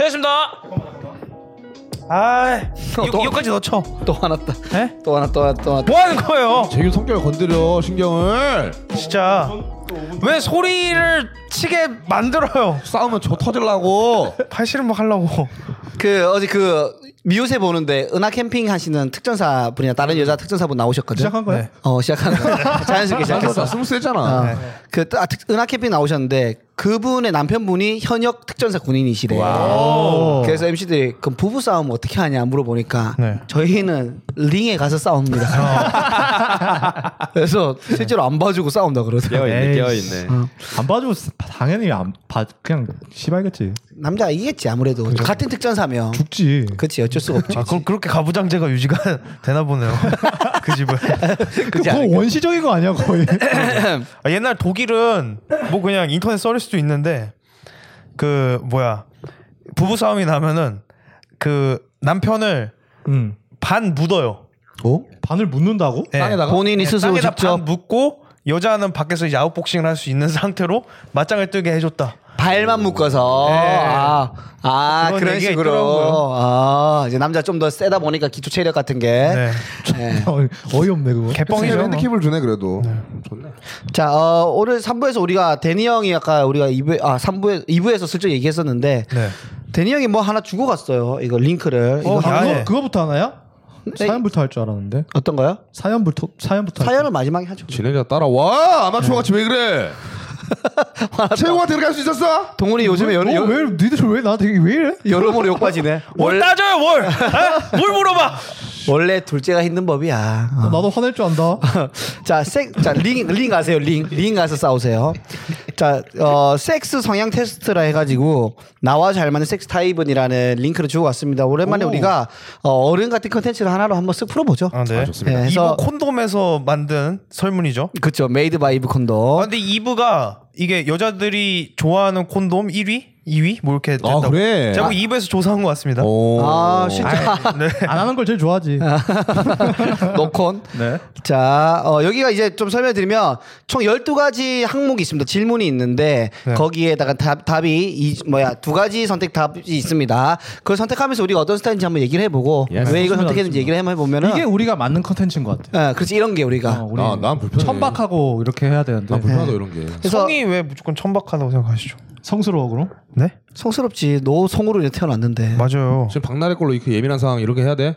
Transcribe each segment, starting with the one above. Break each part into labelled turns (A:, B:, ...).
A: 해줬습니다.
B: 아,
A: 이거- 이거까지 넣쳐.
C: 또 화났다.
B: 에?
C: 또 화났다. 또 화났다. 또 화났다.
B: 뭐 하는 거예요?
D: 재균 성격 건드려 신경을
B: 진짜 왜 소리를 치게 만들어요?
D: 싸우면 저 터질라고
B: 발씨름 막 하려고.
C: 그 어제 그 미우새 보는데 은하 캠핑 하시는 특전사 분이나 다른 여자 특전사 분 나오셨거든.
B: 시작한 거예요? 아,
C: 네. 어 시작한 거. 자연스럽게 시작했어.
D: 나스무 세잖아
B: 네.
C: 어. 그 아, 특- 은하 캠핑 나오셨는데 그분의 남편분이 현역 특전사 군인이시래. 그래서 MC들이 그럼 부부 싸움 어떻게 하냐 물어보니까
B: 네.
C: 저희는 링에 가서 싸웁니다.
B: 어.
C: 그래서 실제로 안 봐주고 싸운다 그러더라고.
E: 깨어있네
B: 에이,
E: 깨어있네
F: 예, 아, 안 봐주고 쓰- 당연히 안 봐. 그냥 시발겠지.
C: 남자 이겠지 아무래도 같은 특전사면.
F: 죽지.
C: 그치 어쩔 수가 없지.
B: 아, 그럼 그렇게 가부장제가 유지가 되나 보네요. 그 집을.
C: 그지
F: 그거
C: 않을까?
F: 원시적인 거 아니야 거의.
B: 아, 옛날 독일은 뭐 그냥 인터넷 썰일 수도 있는데 그 뭐야 부부 싸움이 나면은 그 남편을
F: 음.
B: 반 묻어요.
F: 반을 묻는다고?
E: 네.
B: 예.
D: 땅에다가 그
C: 본인이 스스로
B: 땅에다
C: 직접
B: 반 묻고 여자는 밖에서 이제 아웃복싱을 할 수 있는 상태로 맞짱을 뜨게 해줬다.
C: 발만 묶어서
B: 네.
C: 아, 아
B: 그런
C: 그런
B: 얘기가
C: 식으로
B: 있더라고요.
C: 아 이제 남자 좀 더 세다 보니까 기초 체력 같은 게
B: 네.
C: 네.
F: 어, 어이없네 그거.
B: 개뻥이죠.
D: 핸디캡을 주네 그래도 좋네
C: 자, 어, 오늘 3부에서 우리가 데니 형이 아까 우리가 2부, 아, 3부에, 2부에서 슬쩍 얘기했었는데,
B: 네.
C: 데니 형이 뭐 하나 주고 갔어요. 이거 링크를.
F: 어,
C: 이거
E: 아,
B: 야,
F: 그거,
E: 네.
B: 예.
F: 그거부터 하나야?
C: 네.
F: 사연부터 할 줄 알았는데.
C: 어떤 거요?
F: 사연부터 사연부터. 할줄
C: 사연을 마지막에 하죠.
D: 진행자 따라와 아마추어같이 왜 그래 최고한테 그렇게 할 수 있었어?
C: 동훈이 요즘에
F: 알았어.
C: 여러,
F: 너 왜, 니들 왜 나한테 왜 이래?
C: 여로욕 빠지네.
B: 뭘
C: 원래,
B: 따져요 뭘? 에? 뭘 물어봐?
C: 원래 둘째가 힘든 법이야. 어.
F: 아, 나도 화낼 줄 안다.
C: 자, 섹, 자, 링, 링 가세요. 링, 링 가서 싸우세요. 자, 어, 섹스 성향 테스트라 해가지고 나와 잘 맞는 섹스 타입은이라는 링크를 주고 왔습니다. 오랜만에 우리가 어, 어른 같은 컨텐츠를 하나로 한번 쓱 풀어보죠.
B: 아, 네.
C: 네,
B: 이브
C: 그래서
B: 콘돔에서 만든 설문이죠.
C: 그쵸 메이드 바이 브
B: 아,
C: 콘돔.
B: 근데 이브가 이게 여자들이 좋아하는 콘돔 1위, 2위 뭐 이렇게
D: 아,
B: 된다고.
D: 그래?
B: 제가 보기 이브에서 조사한 것 같습니다. 네.
D: 오.
C: 아 진짜
F: 안 하는 걸 제일 좋아하지.
C: 노콘.
F: 네.
C: 자, 어, 여기가 이제 좀 설명드리면 총 12가지 항목이 있습니다. 질문이 있는데 거기에다가 답, 답이 이 뭐야 두 가지 선택 답이 있습니다. 그걸 선택하면서 우리가 어떤 스타일인지 한번 얘기를 해보고
D: Yes.
C: 왜 이걸 선택했는지 얘기를 한번
F: 아.
C: 해보면은
E: 이게 우리가 맞는 컨텐츠인 것 같아
C: 예, 그렇지 이런 게 우리가
E: 어, 우리
D: 나, 난 불편해
E: 천박하고 이렇게 해야 되는데
D: 난 불편하다 이런 게
C: 그래서
B: 성이 왜 무조건 천박하다고 생각하시죠?
E: 성스러워 그럼?
B: 네?
C: 성스럽지 노 성으로 이제 태어났는데
B: 맞아요.
D: 지금 박나래 걸로 이렇게 그 예민한 상황 이렇게 해야 돼?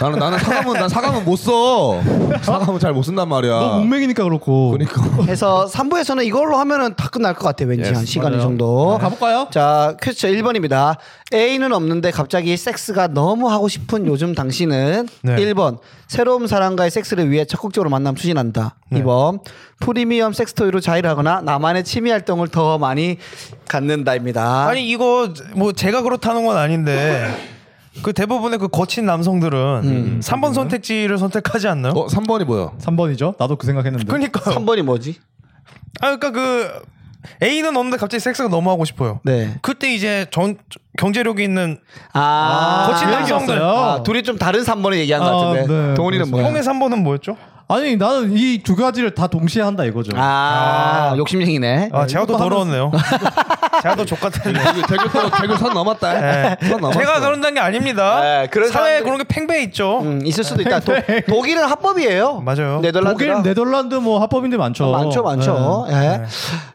D: 나는 나는 사감은 난 사감은 못써 사감은 잘 못 쓴단 말이야
E: 아.
F: 너 문맹이니까 그렇고.
D: 그러니까
C: 그래서 3부에서는 이걸로 하면은 다 끝날 것 같아요. 왠지 한 시간 이 정도.
E: 가볼까요?
C: 자, 퀘스처 1번입니다. A는 없는데 갑자기 섹스가 너무 하고 싶은 요즘 당신은
B: 네.
C: 1번 새로운 사람과의 섹스를 위해 적극적으로 만남 추진한다. 2번 프리미엄 섹스토이로 자일하거나 나만의 취미 활동을 더 많이 갖는다입니다.
B: 아니 이거 뭐 제가 그렇다는 건 아닌데 그 대부분의 그 거친 남성들은 삼 3번 선택지를 선택하지 않나요?
D: 어 3번이 뭐야
F: 3번이죠. 나도 그 생각했는데.
B: 그러니까
C: 3번이 뭐지?
B: 아 그러니까 그 A는 없는데 갑자기 섹스가 너무 하고 싶어요.
C: 네.
B: 그때 이제 전 경제력이 있는
C: 아,
B: 거친
C: 아,
B: 남성들.
C: 아, 둘이 좀 다른 3번을 얘기한 것
F: 아,
C: 같은데.
F: 네,
C: 동훈이는 뭐야?
B: 형의 3번은 뭐였죠?
F: 아니 나는 이 두 가지를 다 동시에 한다 이거죠.
C: 아, 욕심쟁이네.
B: 아 제가 더 더러웠네요. 제가 더 족같은.
D: 대교 대교 선- 대교 선 넘었다 선 넘었어
B: 제가 그런다는 게 아닙니다.
C: 네, 그런
B: 사회에
C: 사람들-
B: 그런 게 팽배해 있죠.
C: 음, 있을 수도 있다. 도, 독일은 합법이에요.
B: 맞아요.
C: 네덜란드.
F: 독일, 네덜란드 뭐 합법인데 많죠.
C: 어, 많죠, 많죠. 예.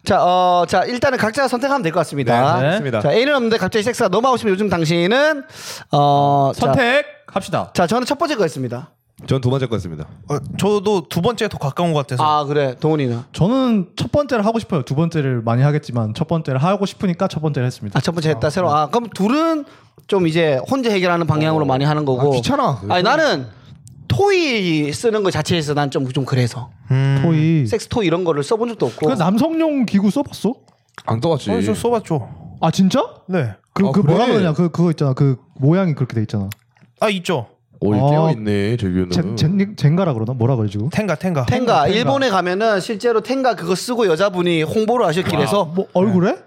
C: 자, 어, 자, 일단은 각자 선택하면 될 것 같습니다.
F: 네, 네.
E: 맞습니다.
C: 자, A는 없는데 갑자기 섹스가 너무 하고 싶으면 요즘 당신은, 어,
F: 네.
C: 자,
F: 선택합시다.
C: 자, 저는 첫 번째 거였습니다.
D: 전두 번째 거였습니다
B: 어, 저도 두 번째에 더 가까운 것 같아서.
C: 아, 그래. 동훈이는.
F: 저는 첫 번째를 하고 싶어요. 두 번째를 많이 하겠지만 첫 번째를 하고 싶으니까 첫 번째를 했습니다.
C: 아, 첫 번째 했다. 새로. 아, 그럼 둘은 좀 이제 혼자 해결하는 방향으로 많이 하는 거고.
D: 아, 귀찮아.
C: 아니, 나는 토이 쓰는 거 자체에서 난 좀 좀 그래서.
B: 음.
F: 토이.
C: 섹스 토이 이런 거를 써본 적도 없고.
F: 음. 그 남성용 기구 써봤어?
D: 안 떠봤지
B: 어, 저 써봤죠.
F: 아 진짜?
B: 네.
F: 그리고
D: 아,
F: 그 뭐라
D: 그래?
F: 그러냐? 그 그거 있잖아. 그 모양이 그렇게 돼 있잖아.
B: 아 있죠.
D: 오
F: 아.
D: 이거 깨어있네
C: 음.
D: 재규는
F: 젠, 젠, 젠가라 그러나? 뭐라 그러지 그거?
B: 텐가 텐가.
C: 텐가, 일본에 가면은 실제로 텐가 그거 쓰고 여자분이 홍보를 하셨길래 해서
F: 뭐 얼굴에?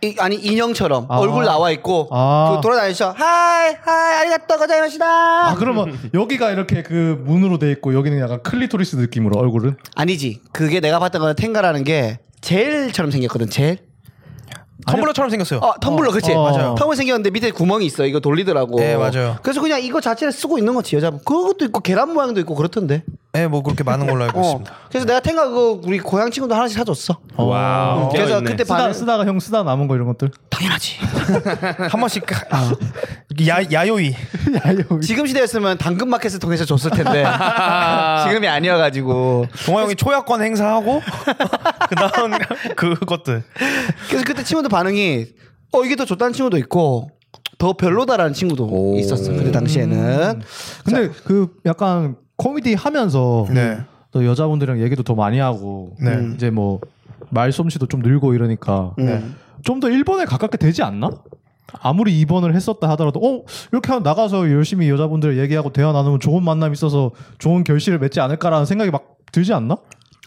C: 이, 아니 인형처럼 얼굴 나와 있고
F: 아.
C: 그 돌아다니셔 하이 하이 아리가또 고자이마시다
F: 아 그러면 여기가 이렇게 그 문으로 돼 있고 여기는 약간 클리토리스 느낌으로 얼굴은?
C: 아니지 그게 내가 봤던 거는 텐가라는 게 젤처럼 생겼거든 젤
B: 텀블러처럼 생겼어요.
C: 아 텀블러 그치
E: 어,
C: 맞아요
E: 맞아요.
C: 텀블 생겼는데 밑에 구멍이 있어 이거 돌리더라고
B: 네, 맞아요.
C: 그래서 그냥 이거 자체를 쓰고 있는 거지 여자 그것도 있고 계란 모양도 있고 그렇던데
B: 네, 뭐 그렇게 많은 걸로 알고
C: 어
B: 있습니다.
C: 그래서 내가 탱가 그거 우리 고향 친구도 하나씩 사줬어 음,
A: 와우.
C: 그래서
A: 깨어있네.
C: 그때
F: 쓰다,
C: 반응
F: 쓰다가 형 쓰다 남은 거 이런 것들
C: 당연하지
B: 한 번씩 가- 야 야요이
C: 지금 시대였으면 당근마켓을 통해서 줬을 텐데 지금이 아니어가지고
B: 동아 형이 초야권 행사하고 그다음 그것들
C: 그래서 그때 친구들 반응이 어 이게 더 좋다는 친구도 있고 더 별로다라는 친구도 있었어 그때 당시에는
F: 근데 그 약간 코미디 하면서
B: 네.
F: 또 여자분들이랑 얘기도 더 많이 하고
B: 네.
F: 이제 뭐 말솜씨도 좀 늘고 이러니까
D: 음.
C: 네.
F: 좀 더 일본에 가깝게 되지 않나? 아무리 입원을 했었다 하더라도 어 이렇게 나가서 열심히 여자분들 얘기하고 대화 나누면 좋은 만남이 있어서 좋은 결실을 맺지 않을까라는 생각이 막 들지 않나?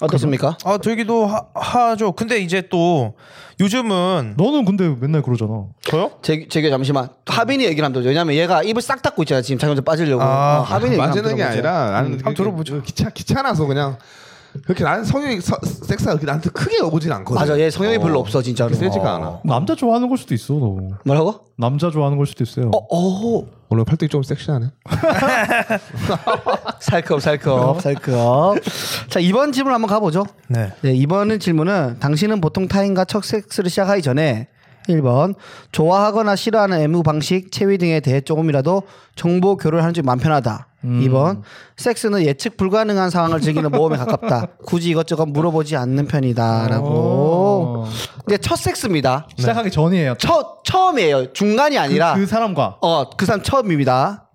C: 어떻습니까?
B: 아 되기도 하, 하죠. 근데 이제 또 요즘은
F: 너는 근데 맨날 그러잖아.
B: 저요?
C: 제, 제게 잠시만 하빈이 얘기를 한번 들어줘 왜냐면 얘가 입을 싹 닫고 있잖아 지금 자기 혼자 빠지려고
B: 아,
C: 어, 하빈이 얘기를 한번
D: 만지는 게
C: 들어보자.
D: 아니라 나는 그렇게
B: 들어보죠.
D: 귀찮 귀찮아서 그냥 그렇게 나는 성욕이 서- 섹스가 그렇게 나한테 크게 오진 않거든.
C: 맞아 얘 성형이 별로 없어 진짜로
D: 세지가
C: 어.
D: 않아.
F: 남자 좋아하는 걸 수도 있어 너.
C: 뭐라고?
F: 남자 좋아하는 걸 수도 있어요.
C: 어어
D: 오늘 팔뚝이 좀 섹시하네.
C: 살컵 살컵 살컵 자 이번 질문 한번 가보죠
B: 네.
C: 네, 이번 질문은 당신은 보통 타인과 첫 섹스를 시작하기 전에 1번 좋아하거나 싫어하는 애무 방식, 체위 등에 대해 조금이라도 정보 교류를 하는 쪽이 마 편하다.
F: 음.
C: 2번 섹스는 예측 불가능한 상황을 즐기는 모험에 가깝다. 굳이 이것저것 물어보지 않는 편이다라고.
F: 어.
C: 근데 첫 섹스입니다.
F: 시작하기 전이에요.
C: 첫 처음이에요. 중간이 아니라
F: 그 사람과
C: 어, 그 사람 처음입니다.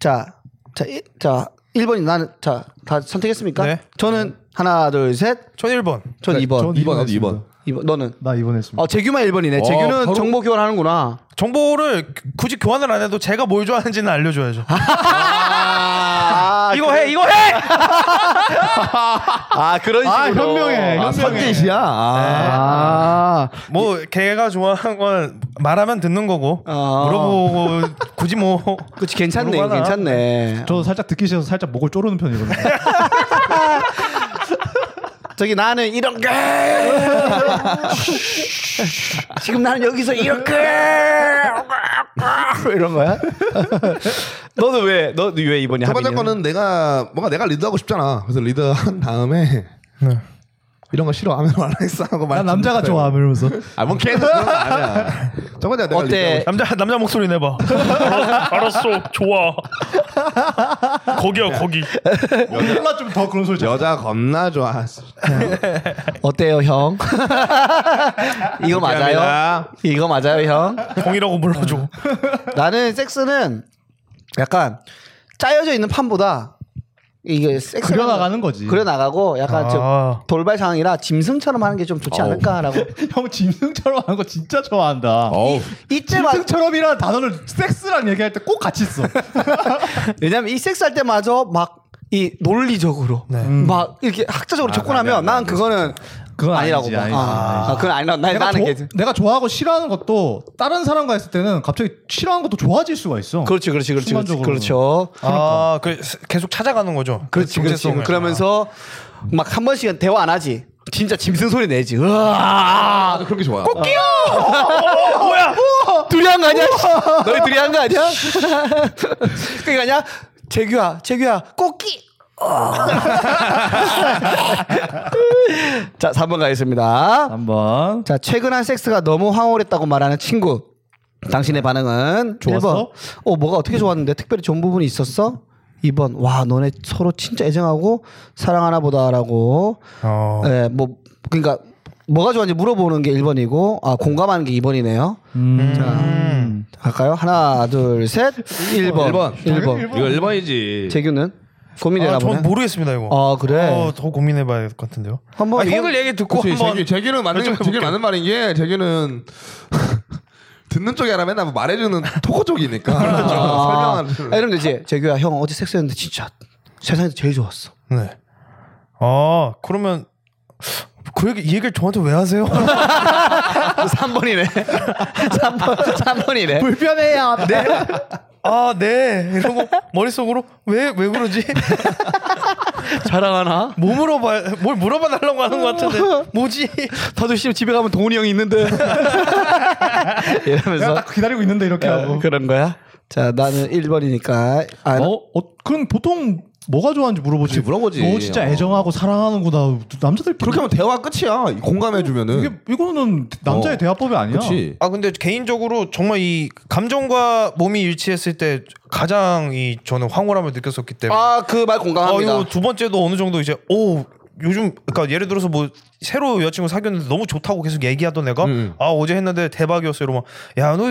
C: 자, 자, 일, 자, 1번이 나는 자, 다 선택했습니까?
B: 네.
C: 저는 하나, 둘, 셋.
B: 전 1번.
D: 그러니까
C: 전 2번.
F: 네, 전
D: 2번 어디
F: 입원했습니다.
D: 2번?
C: 이번 너는
F: 나 입원했습니다.
C: 어 재규만 1번이네. 재규는
D: 바로-
C: 정보 교환하는구나.
B: 정보를 굳이 교환을 안 해도 제가 뭘 좋아하는지는 알려줘야죠.
C: 아,
B: 이거 해, 이거 해.
C: 아 그런 식으로.
F: 아, 현명해,
D: 아, 선진시야.
C: 아,
D: 아.
B: 뭐 걔가 좋아하는 건 말하면 듣는 거고
C: 아.
B: 물어보고 굳이 뭐
C: 그렇지 괜찮네, 이거
B: 모르거나.
C: 괜찮네.
F: 저 살짝 듣기 싫어서 살짝 목을 쪼르는 편이거든요.
C: 네. 저기 나는 이렇게 지금 나는 여기서 이렇게 이런 거야? 너는 왜, 너는 왜 이번이
D: 첫 번째
C: 하빈이는?
D: 거는 내가 뭔가 내가 리드하고 싶잖아. 그래서 리드한 다음에 이런 거 싫어하면 말했어 하고 말.
F: 난 남자가 좋아 이러면서
D: 아뭔 개는 그런 거 아니야. 첫 번째 내가
C: 어때?
D: 리드하고
B: 남자 남자 목소리 내봐. 알았어, 좋아. 거기야 거기.
F: 몰라 좀 더 그런 소리
D: 싶- 여자 겁나 좋아.
C: 어때요, 형? 이거 맞아요?
D: 미안합니다.
C: 이거 맞아요, 형?
B: 동이라고 불러줘.
C: 나는 섹스는 약간 짜여져 있는 판보다 이게 섹스
F: 그려나가는 거지.
C: 그려 나가고 약간
B: 아.
C: 좀 돌발 상황이라 짐승처럼 하는 게 좀 좋지
D: 어우.
C: 않을까라고
F: 형 짐승처럼 하는 거 진짜 좋아한다.
D: 어우.
C: 이때만
F: 짐승처럼이라는 단어를 섹스랑 얘기할 때 꼭 같이 써.
C: 왜냐면 이 섹스할 때마저 막 이 논리적으로
F: 네. 음.
C: 막 이렇게 학자적으로
F: 아,
C: 접근하면 난 그거는
F: 그건
C: 아니라고
F: 아니지,
C: 봐.
F: 아니지,
C: 아,
F: 아니지.
C: 아, 그건 아니라 나,
F: 내가,
C: 나는
F: 좋아-
C: 게
F: 내가 좋아하고 싫어하는 것도 다른 사람과 했을 때는 갑자기 싫어하는 것도 좋아질 수가 있어.
C: 그렇지 그렇지 그렇지 그렇지
F: 순간적으로.
C: 그렇죠
B: 아, 그 계속 찾아가는 거죠.
C: 그렇지 그렇지
B: 정체성을.
C: 그러면서 막 한 번씩은 대화 안 하지 진짜 짐승 소리 내지 으아
D: 나도 그렇게 좋아. 꽃게요.
C: 둘이 한 거 아니야? 너희 둘이 한 거 아니야? 그게 아니야? 재규야, 재규야, 꽃기. 어. 자, 3번 가겠습니다.
F: 한번
C: 자, 최근 한 섹스가 너무 황홀했다고 말하는 친구. 당신의 반응은 1번.
F: 좋았어?
C: 어, 뭐가 어떻게 좋았는데 특별히 좋은 부분이 있었어? 2번. 와, 너네 서로 진짜 애정하고 사랑하나 보다라고.
B: 어.
C: 예, 뭐 그러니까 뭐가 좋았는지 물어보는 게 1번이고 아, 공감하는 게 2번이네요. 음.
B: 음.
C: 갈까요? 하나, 둘, 셋. 1번.
D: 1번.
C: 1번.
D: 이거 1번이지.
C: 재규는 고민되나
B: 아, 전
C: 보네.
B: 모르겠습니다 이거.
C: 아, 그래?
B: 어, 더 고민해봐야 될 것 같은데요.
C: 한번
B: 아니,
C: 이게-
B: 형들 어, 얘기 듣고
D: 그치,
B: 한번
D: 재규, 재규는 맞는
B: 여쭤볼게요.
D: 재규 맞는 말인 게 재규는 듣는 쪽이 아니라 맨날 뭐 말해주는 토크 쪽이니까
C: 아,
D: 설명하는.
C: 아, 이러면 되지. 재규야, 형 어제 섹스했는데 진짜 세상에서 제일 좋았어.
B: 네. 아 그러면 그 얘기 이 얘기를 저한테 왜 하세요?
C: 3번이네. 3번, 3번이네.
F: 불편해요.
B: 아 네. 이러고 머릿속으로 왜 왜 그러지?
C: 자랑하나?
B: 뭐 물어봐 뭘 물어봐 달라고 하는 것 같은데 뭐지?
C: 다들 씨 집에 가면 동훈이 형이 있는데
F: 내가
C: 이러면서
F: 딱 기다리고 있는데 이렇게 하고.
C: 그런 거야? 뭐. 자 나는 1번이니까 아,
F: 어, 어, 그럼 보통 뭐가 좋아하는지 물어보지.
D: 그치, 물어보지.
F: 너 진짜
D: 어.
F: 애정하고 사랑하는구나. 남자들
D: 그렇게 하면 대화 끝이야. 공감해주면은.
F: 이게 이거는 남자의
D: 어.
F: 대화법이 아니야.
D: 그렇지.
B: 아 근데 개인적으로 정말 이 감정과 몸이 일치했을 때 가장 이 저는 황홀함을 느꼈었기 때문에
C: 아그 말 공감합니다.
B: 이거 두 번째도 어느 정도 이제 오 요즘 그러니까 예를 들어서 뭐 새로 여자친구 사귀었는데 너무 좋다고 계속 얘기하던 애가
D: 음.
B: 아 어제 했는데 대박이었어 이러면 야너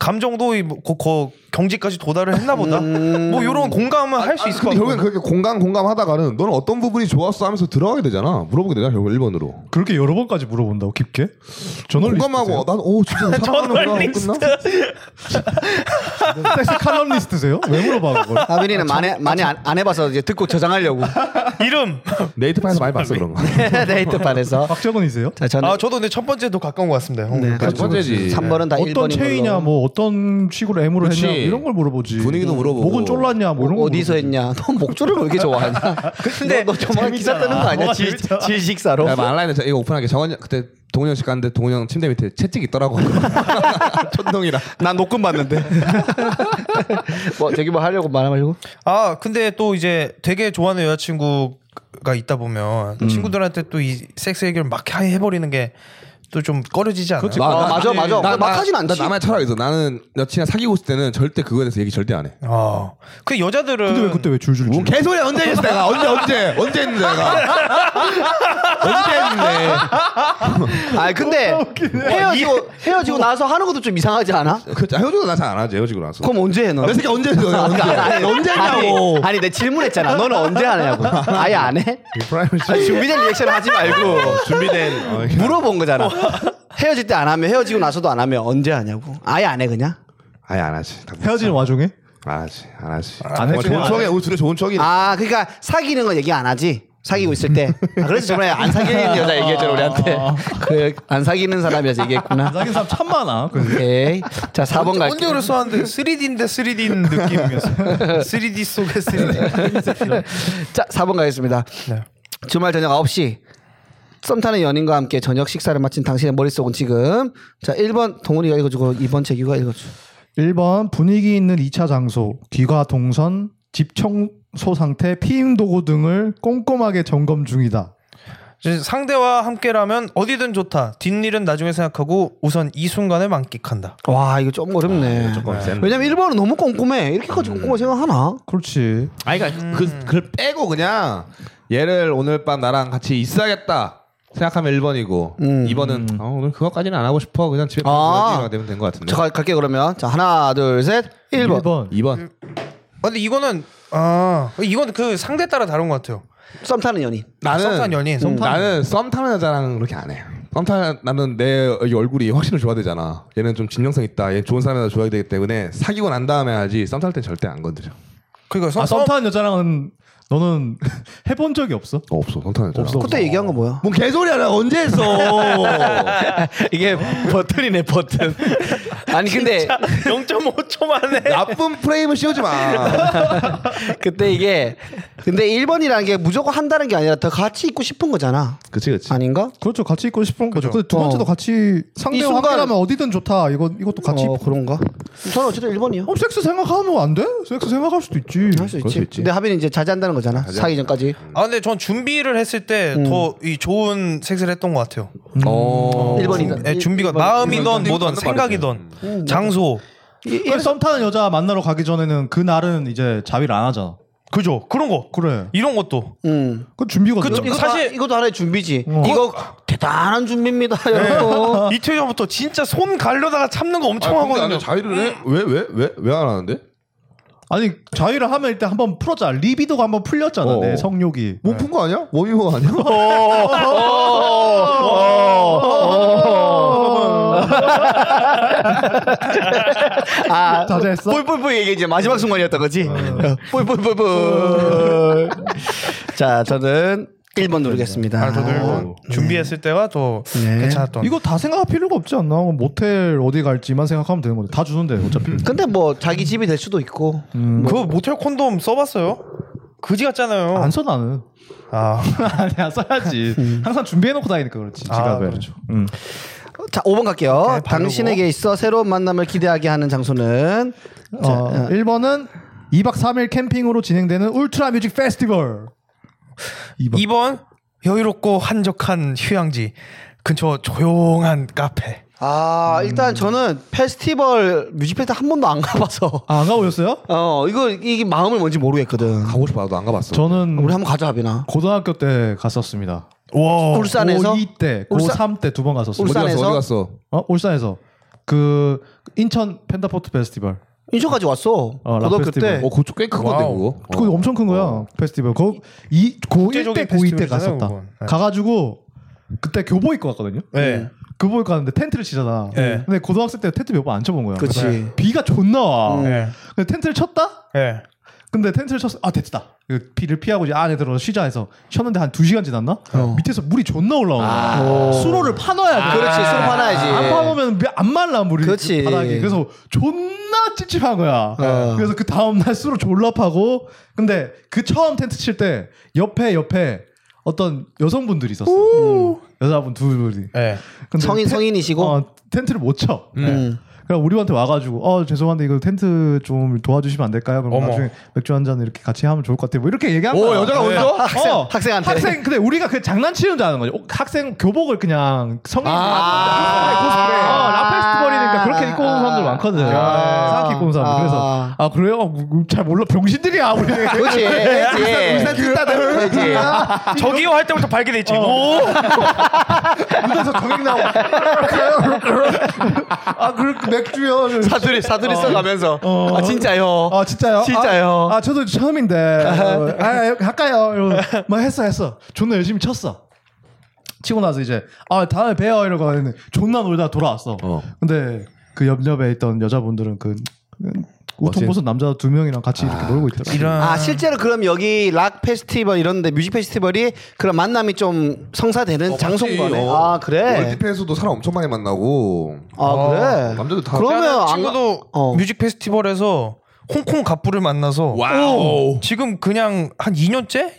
B: 감정도 이 뭐, 거, 거, 경지까지 도달을 했나 보다
C: 음.
B: 뭐 이런 공감은 할 수 있을 것
D: 근데 결국엔
B: 같고
D: 그렇게 공감 공감하다가는 너는 어떤 부분이 좋았어 하면서 들어가게 되잖아. 물어보게 되잖아. 결국 1번으로.
F: 그렇게 여러 번까지 물어본다고 깊게? 저널리스트.
D: 공감하고 어, 난오 진짜 나
B: 아,
D: 사랑하는구나 하고 끝나?
F: 섹스 칼럼니스트세요? 왜 물어봐 그걸?
C: 하빈이는 만에 만에 안, 안 해봐서 이제 듣고 저장하려고
B: 이름
D: 네이트판에서 많이 봤어 그런 거.
C: 데이트판에서
F: 박정은이세요?
C: 네, 자 저는
B: 아 저도 근데 첫 번째도 가까운 것 같습니다 형
C: 네,
D: 첫 번째지.
C: 3번은 다 1번인 걸로
F: 어떤 체이냐, 뭐 어떤 식으로 M으로
D: 그치.
F: 했냐 이런 걸 물어보지.
D: 분위기도 물어보고.
F: 목은 쫄랐냐, 뭐 이런 거.
C: 어디서
F: 물어보지.
C: 했냐? 넌 목조를 왜 이렇게 좋아하냐? 근데 너, 너 정말 기사 뜨는 거 아니야? 뭐, 질, 질식사로?
D: 야, 말라인에 뭐 이거 오픈하게 정원 형 그때 동훈 형집 갔는데 동훈 형 침대 밑에 채찍 있더라고. 천둥이라.
C: 난 녹음 봤는데. 뭐 저기 뭐 하려고 말하려고?
B: 아 근데 또 이제 되게 좋아하는 여자친구가 있다 보면
C: 음.
B: 친구들한테 또 이 섹스 얘기를 막 해버리는 게 또 좀 꺼려지지 않아요?
C: 아, 맞아, 맞아. 막 하진 않지.
D: 나 남의 차라리 있어. 나는 여친이랑 사귀고 있을 때는 절대 그거에 대해서 얘기 절대 안 해.
B: 아, 그 여자들은
F: 근데 왜 그때 왜 줄줄 줄?
D: 개소리야 언제 했어 내가 언제 언제 언제 했는데 내가 언제 했는데
C: 아 근데 헤어지고 헤어지고 나서 하는 것도 좀 이상하지 않아?
D: 그렇지 헤어지고 나잘안 하지 헤어지고 나서
C: 그럼 언제 해 너?
D: 내 새끼 언제 했어 내가 언제
C: 그러니까 아니,
D: 언제 했냐고
C: 아니, 아니 내 질문했잖아. 너는 언제 하냐고. 아예 안 해?
F: 그
D: 프라이머시
C: 아니, 준비된 리액션 하지 말고
D: 준비된 어,
C: 물어본 거잖아. 헤어질 때 안 하면 헤어지고 나서도 안 하면 언제 하냐고. 아예 안 해 그냥.
D: 아예 안 하지 다-
F: 헤어지는 와중에?
D: 안 하지 아, 안 하지 어,
F: 안 했지.
D: 좋은 척이야 우리 둘이 좋은 척이네
C: 아 그러니까 사귀는 건 얘기 안 하지. 사귀고 있을 때. 아, 그래서 저번에 안 사귀는 여자 얘기했잖아 우리한테. 그 안 사귀는 사람이라서 얘기했구나.
F: 사귄 사람 참 많아. 그
C: 오케이. 자 4번 갈게.
B: 언제 그랬어 하는데 3D인데 3D인 느낌이었어요. 3D 속의 3D.
C: 자, 4번 가겠습니다.
B: 네.
C: 주말 저녁 9시. 썸 타는 연인과 함께 저녁 식사를 마친 당신의 머릿속은 지금 자 1번 동훈이가 읽어주고 2번 재규가 읽어줘
F: 1번 분위기 있는 2차 장소, 귀가 동선, 집 청소 상태, 피임 도구 등을 꼼꼼하게 점검 중이다.
B: 이제 상대와 함께라면 어디든 좋다. 뒷일은 나중에 생각하고 우선 이 순간을 만끽한다.
C: 와 아, 이거 조금 어렵네 왜냐면 1번은 너무 꼼꼼해 이렇게까지 꼼꼼하게 생각하나?
F: 그렇지.
D: 아니 그러니까 그, 그걸 빼고 그냥 얘를 오늘 밤 나랑 같이 있어야겠다 생각하면 1번이고 2번은 어, 오늘 그거까지는 안 하고 싶어 그냥 집에
C: 아.
D: 가서 되면 된 것 같은데
C: 저 가, 갈게 그러면 자 하나 둘셋 1번,
F: 1번.
D: 2번
B: 아, 근데 이거는 아 이건 그 상대 따라 다른 것 같아요.
C: 썸 타는 음. 연인
D: 나는
B: 썸탄 연인, 썸탄.
D: 나는 썸 타는 여자랑 그렇게 안 해. 썸 타는 나는 내 얼굴이 확실히 좋아야 되잖아. 얘는 좀 진정성 있다. 얘 좋은 사람이라 좋아야 되기 때문에 사귀고 난 다음에 하지. 썸 탈 땐 절대 안 건드려. 어,
B: 그러니까 썸,
F: 아,
B: 썸,
F: 썸타는 여자랑은 너는 해본 적이 없어?
D: 어, 없어. 썸 타는 여자.
F: 없어.
C: 그때 얘기한 거 뭐야?
D: 뭔 개소리야. 나 언제 했어.
C: 이게 버튼이네 버튼 아니 근데
B: 0.5초 만에
D: 나쁜 프레임을 씌우지 마.
C: 그때 이게 근데 1번이라는 게 무조건 한다는 게 아니라 더 같이 있고 싶은 거잖아
D: 그치 그치.
C: 아닌가?
F: 그렇죠. 같이 있고 싶은 거죠.
B: 그죠.
F: 근데 두 번째도
C: 어.
F: 같이
C: 이
F: 상대와
C: 순간-
F: 함께라면 어디든 좋다. 이거 이것도 같이.
C: 어,
F: 어,
C: 그런가? 저는 어쨌든 1번이요
F: 섹스 생각하면 뭐 안 돼? 섹스 생각할 수도 있지.
C: 할 수
D: 그럴
C: 있지.
D: 수 있지.
C: 근데 하빈이 이제 자제한다는 거잖아. 사기 전까지.
B: 아 근데 전 준비를 했을 때
C: 음.
B: 더 이 좋은 섹스를 했던 것 같아요.
D: 어.
C: 일본인. 일본이다.
B: 예, 준비가 마음이던 뭐던 생각이던 장소
F: 그래, 썸 타는 여자 만나러 가기 전에는 그 날은 이제 자위를 안 하잖아.
B: 그죠 그런 거
F: 그래.
B: 이런 것도
C: 음.
F: 그 준비가 그,
B: 그쵸.
C: 이것도
B: 사실-
C: 사실 이것도 하나의 준비지. 이거 대단한 준비입니다, 여러분.
B: 이틀 전부터 진짜 손 가려다가 참는 거
C: 아,
B: 엄청 하거든요.
D: 아, 자유를
C: 음.
D: 해? 왜왜 왜 왜 안 하는데?
F: 아니 자위를 하면 일단 한번 풀었잖아. 리비도가 한번 풀렸잖아.
D: 어.
F: 내 성욕이.
D: 못 푼 거 아니야? 워밍업 아니야?
C: 어. 아,
F: 자제했어? 어.
C: 뿔뿔뿔 이게 이제 마지막 순간이었던 거지. 뿔뿔뿔뿔. 자, 저는 1번 누르겠습니다.
B: 아, 저도 일본 준비했을 때가 더
C: 네.
B: 괜찮았던.
F: 이거 다 생각할 필요가 없지 않나? 모텔 어디 갈지만 생각하면 되는 건데 다 주는데 어차피. 음.
B: 음.
C: 근데 뭐 자기 집이 될 수도 있고.
B: 그 모텔 콘돔 써봤어요? 그지 같잖아요.
F: 안 써 나는.
B: 아
F: 아니야 써야지. 항상 준비해놓고 다니니까 그렇지.
B: 아,
F: 지갑에.
B: 그렇죠.
F: 음.
C: 자, 5번 갈게요.
B: 오케이, 바르고.
C: 당신에게 있어 새로운 만남을 기대하게 하는 장소는 자,
F: 어, 1번은 2박 3일 캠핑으로 진행되는 울트라 뮤직 페스티벌. 2번.
B: 2번 여유롭고 한적한 휴양지 근처 조용한 카페.
C: 아,
B: 음.
C: 일단 저는 페스티벌 뮤직 페스트 한 번도 안 가봐서
F: 아, 안 가보셨어요?
C: 어, 이거 이게 마음을 뭔지 모르겠거든.
D: 가고 싶어 나도 안 가봤어.
F: 저는
C: 우리 한번 가자, 하빈아.
F: 고등학교 때 갔었습니다.
B: 와
C: 울산에서
F: 어, 고2 때,
C: 울산-
F: 고3 때 두 번 갔었어요.
D: 어디 갔어?
C: 울산에서?
D: 어디 갔어?
F: 어, 울산에서 그 인천 펜타포트 페스티벌.
C: 인천까지 왔어.
F: 어, 락
C: 고등학교 때.
F: 페스티벌.
D: 어, 그거 꽤큰 건데
B: 와우.
D: 그거.
F: 그거
D: 어.
F: 엄청 큰 거야 페스티벌. 거이 고1 때
B: 국제적인
F: 고2 때
B: 페스티벌이잖아요,
F: 갔었다.
B: 그건. 네.
F: 가가지고 그때 교복 입고 갔거든요.
B: 네.
F: 교복 입고 갔는데 텐트를 치잖아.
B: 네.
F: 근데 고등학생 때 텐트 몇 번 안 쳐본 거야.
C: 그치.
B: 네.
F: 비가 존나 와.
C: 음.
B: 예.
F: 근데 텐트를 쳤다.
B: 예.
F: 근데 텐트를 쳤어. 아 됐다. 이거 비를 피하고 이제 안에 들어서 쉬자 해서 쉬었는데 한 2시간 지났나? 밑에서 물이 존나 올라오는 거야. 수로를 파놔야 돼.
C: 아. 그렇지, 수로 파놔야지.
F: 안 파놓으면 미- 안 말라 물이
C: 그렇지.
F: 그 바닥이. 그래서 존나 찝찝한 거야.
C: 어.
F: 그래서 그 다음 날 수로 졸라 파고 근데 그 처음 텐트 칠 때 옆에 옆에 어떤 여성분들이 있었어. 음. 여자분 두 분이.
B: 예.
F: 근데
C: 성인
F: 텐-
C: 성인이시고
F: 어, 텐트를 못 쳐.
C: 음.
F: 그럼 우리한테 와가지고 어 죄송한데 이거 텐트 좀 도와주시면 안 될까요? 그럼
B: 어머.
F: 나중에 맥주 한 잔 이렇게 같이 하면 좋을 것 같아요. 뭐 이렇게 얘기한
D: 오,
F: 거야.
D: 여자가 먼저?
C: 학생,
F: 어,
C: 학생한테.
F: 학생 근데 우리가 그 장난치는 줄 아는 거지. 어, 학생 교복을 그냥 성인
C: 아.
F: 코스프레 코스프레. 어, 라페스티벌이니까 그렇게 입고
C: 아.
F: 온 사람들 많거든.
C: 아.
F: 생각해 입고 온 사람들.
C: 아.
F: 그래서 아 그래요? 어, 음, 잘 몰라. 병신들이야 우리.
C: 그렇지.
D: 울산
C: 그렇지.
D: 찐따들.
C: 그렇지.
F: 어.
B: 저기요 할 때부터 발견했지. 오.
F: 눈에서 정액 나오고. 아 그렇게 맥주요.
C: 사투리 사투리 써가면서
F: 어.
C: 아 진짜요.
F: 아 진짜요?
C: 진짜요.
F: 아, 아, 저도 처음인데 어, 아, 아 할까요? 이러고 막 했어 했어. 존나 열심히 쳤어. 치고 나서 이제 아 다음에 봬요 이러고 했는데 존나 놀다 돌아왔어.
D: 어.
F: 근데 그 옆옆에 있던 여자분들은 그 우통 벗은 남자 두 명이랑 같이 이렇게 놀고 있더라고.
B: 이런.
C: 아 실제로 그럼 여기 락 페스티벌 이런데 뮤직 페스티벌이 그런 만남이 좀 성사되는 장소인
D: 맞지.
C: 거네.
D: 어.
C: 아 그래.
D: 월드페에서도 사람 엄청 많이 만나고. 어.
C: 아 그래.
D: 남자들 다.
C: 그러면
B: 그러면
C: 안
B: 친구도
C: 가- 어.
B: 뮤직 페스티벌에서 홍콩 갑부를 만나서
D: 와우.
B: 지금 그냥 한 2년째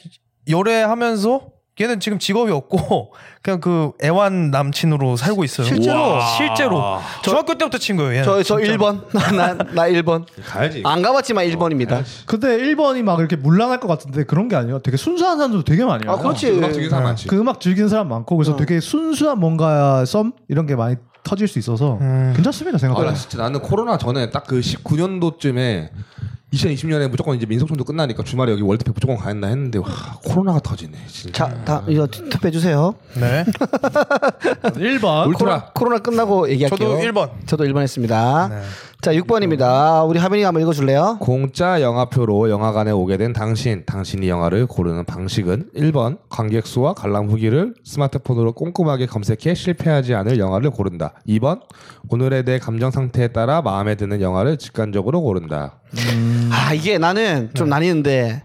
B: 열애하면서 걔는 지금 직업이 없고 그냥 그 애완 남친으로 살고 있어요.
C: 실제로?
B: 우와. 실제로 중학교 때부터 친 거예요. 얘는.
C: 저 저 1번 나나 1번
D: 가야지.
C: 안 가봤지만
D: 아,
C: 1번입니다.
F: 근데 1번이 막 이렇게 물란할 것 같은데 그런 게 아니야. 되게 순수한 사람들도 되게 많이
C: 아
F: 와요.
C: 그렇지.
D: 음악 즐기는 사람 많지.
F: 그 음악 즐기는 사람 많고 그래서 되게 순수한 뭔가 썸 이런 게 많이 터질 수 있어서 괜찮습니다
D: 아,
F: 생각보다.
D: 나 진짜 나는 코로나 전에 딱 그 19년도쯤에 2020년에 무조건 이제 민속촌도 끝나니까 주말에 여기 월드페 무조건 가야한다 했는데 와 코로나가 터지네 진짜.
C: 자다 이거 투표해 주세요.
B: 네.
F: 1번
D: 아, 울트라
C: 코로나 끝나고 얘기할게요.
B: 저도 1번.
C: 저도 1번 했습니다.
D: 네.
C: 자 6번입니다. 우리 하빈이가 한번 읽어줄래요?
D: 공짜 영화표로 영화관에 오게 된 당신, 당신이 영화를 고르는 방식은 1번 관객 수와 관람 후기를 스마트폰으로 꼼꼼하게 검색해 실패하지 않을 영화를 고른다. 2번 오늘의 내 감정 상태에 따라 마음에 드는 영화를 직관적으로 고른다. 음.
C: 아 이게 나는
D: 네.
C: 좀 나뉘는데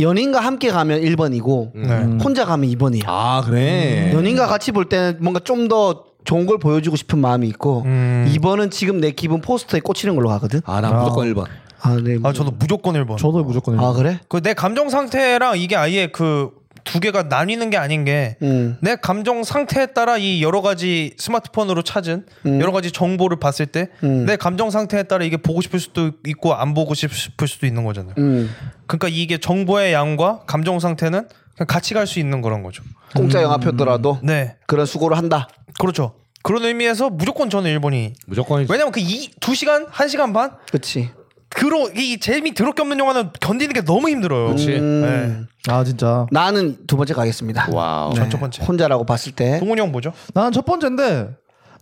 C: 연인과 함께 가면 1번이고
B: 네.
D: 음.
C: 혼자 가면 2번이야.
D: 아 그래.
C: 연인과 같이 볼 때는 뭔가 좀 더 좋은 걸 보여주고 싶은 마음이 있고 이 2번은 지금 내 기분 포스터에 꽂히는 걸로 가거든.
D: 아 나 무조건 1번.
C: 아, 네.
B: 아 저도 무조건 1번.
F: 저도 무조건
C: 아 그래?
B: 그 내 감정 상태랑 이게 아예 그 두 개가 나뉘는 게 아닌 게 내
C: 음.
B: 감정 상태에 따라 이 여러 가지 스마트폰으로 찾은
C: 음.
B: 여러 가지 정보를 봤을 때 내 감정 상태에 따라 이게 보고 싶을 수도 있고 안 보고 싶을 수도 있는 거잖아요.
C: 음.
B: 그러니까 이게 정보의 양과 감정 상태는 그냥 같이 갈 수 있는 그런 거죠.
C: 공짜 영화표더라도
B: 네,
C: 그런 수고를 한다.
B: 그렇죠. 그런 의미에서 무조건 저는 일본이
D: 무조건
B: 왜냐면 그이두 시간 한 시간 반
C: 그렇지.
B: 그로 이 재미 더럽게 없는 영화는 견디는 게 너무 힘들어요.
D: 그렇지.
B: 네.
F: 아 진짜
C: 나는 두 번째 가겠습니다. 네.
D: 와우.
B: 전첫 번째.
C: 혼자라고 봤을 때
B: 동훈이 형 뭐죠?
F: 나는 첫 번째인데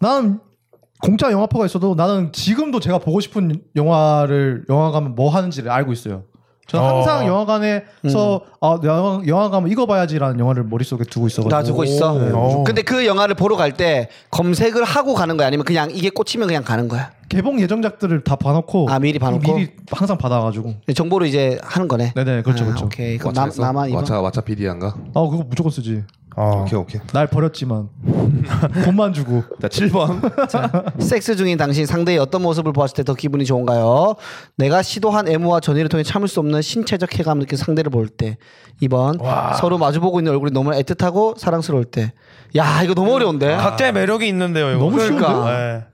F: 나는 공짜 영화파가 있어도 나는 지금도 제가 보고 싶은 영화를 영화관 뭐 하는지를 알고 있어요. 저는
B: 어.
F: 항상 영화관에서
C: 음.
F: 아 영화 영화관 이거 봐야지라는 영화를 머릿속에 두고 있어가지고 네.
C: 나 두고 있어.
B: 오.
C: 근데 그 영화를 보러 갈 때 검색을 하고 가는 거야 아니면 그냥 이게 꽂히면 그냥 가는 거야.
F: 개봉 예정작들을 다 봐놓고
C: 아, 미리 봐놓고?
F: 미리 항상 받아가지고
C: 정보를 이제 하는 거네.
F: 네네 그렇죠
C: 아,
F: 그렇죠.
C: 오케이. 그럼 남, 남아 이번.
D: 왓챠 왓챠 비디안가.
F: 아 그거 무조건 쓰지.
B: 아 어.
D: 오케이 오케이.
F: 날 버렸지만 돈만 주고
D: 자 7번.
C: 섹스 중인 당신 상대의 어떤 모습을 보았을 때 더 기분이 좋은가요? 내가 시도한 애무와 전의를 통해 참을 수 없는 신체적 해감을 느낀 상대를 볼 때. 2번 서로 마주보고 있는 얼굴이 너무 애틋하고 사랑스러울 때. 야 이거
B: 음.
C: 너무 어려운데.
B: 각자의 매력이 있는데요. 이거.
F: 너무 쉬운데?
B: 네.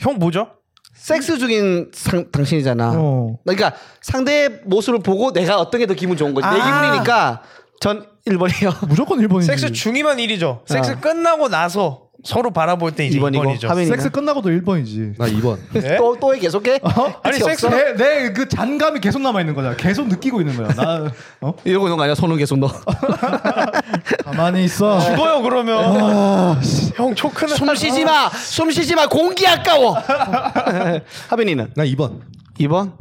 B: 형 뭐죠?
C: 섹스 중인 상- 당신이잖아.
F: 어.
C: 그러니까 상대의 모습을 보고 내가 어떤 게 더 기분 좋은 거지. 내
B: 아.
C: 기분이니까 전 1번이요.
F: 무조건 일본이지
B: 섹스 중이면 일이죠 섹스 끝나고 나서 서로 바라볼 때 이제
C: 2번이고
B: 2번이죠.
C: 하빈이는
F: 섹스 끝나고도 일본이지
D: 나 2번.
B: 네?
C: 또 또 해 계속해?
B: 아니,
C: 끝이
B: 섹스
C: 없어?
F: 내그 잔감이 계속 남아 있는 거잖아 계속 느끼고 있는 거야 나 어?
C: 이러고 있는 거 아니야? 손은 계속 넣어.
F: 가만히 있어
B: 죽어요 그러면.
F: 아,
B: 형 초크는
C: 숨 쉬지 마. 숨 쉬지 마. 공기 아까워. 하빈이는
D: 나 2번.
C: 2번?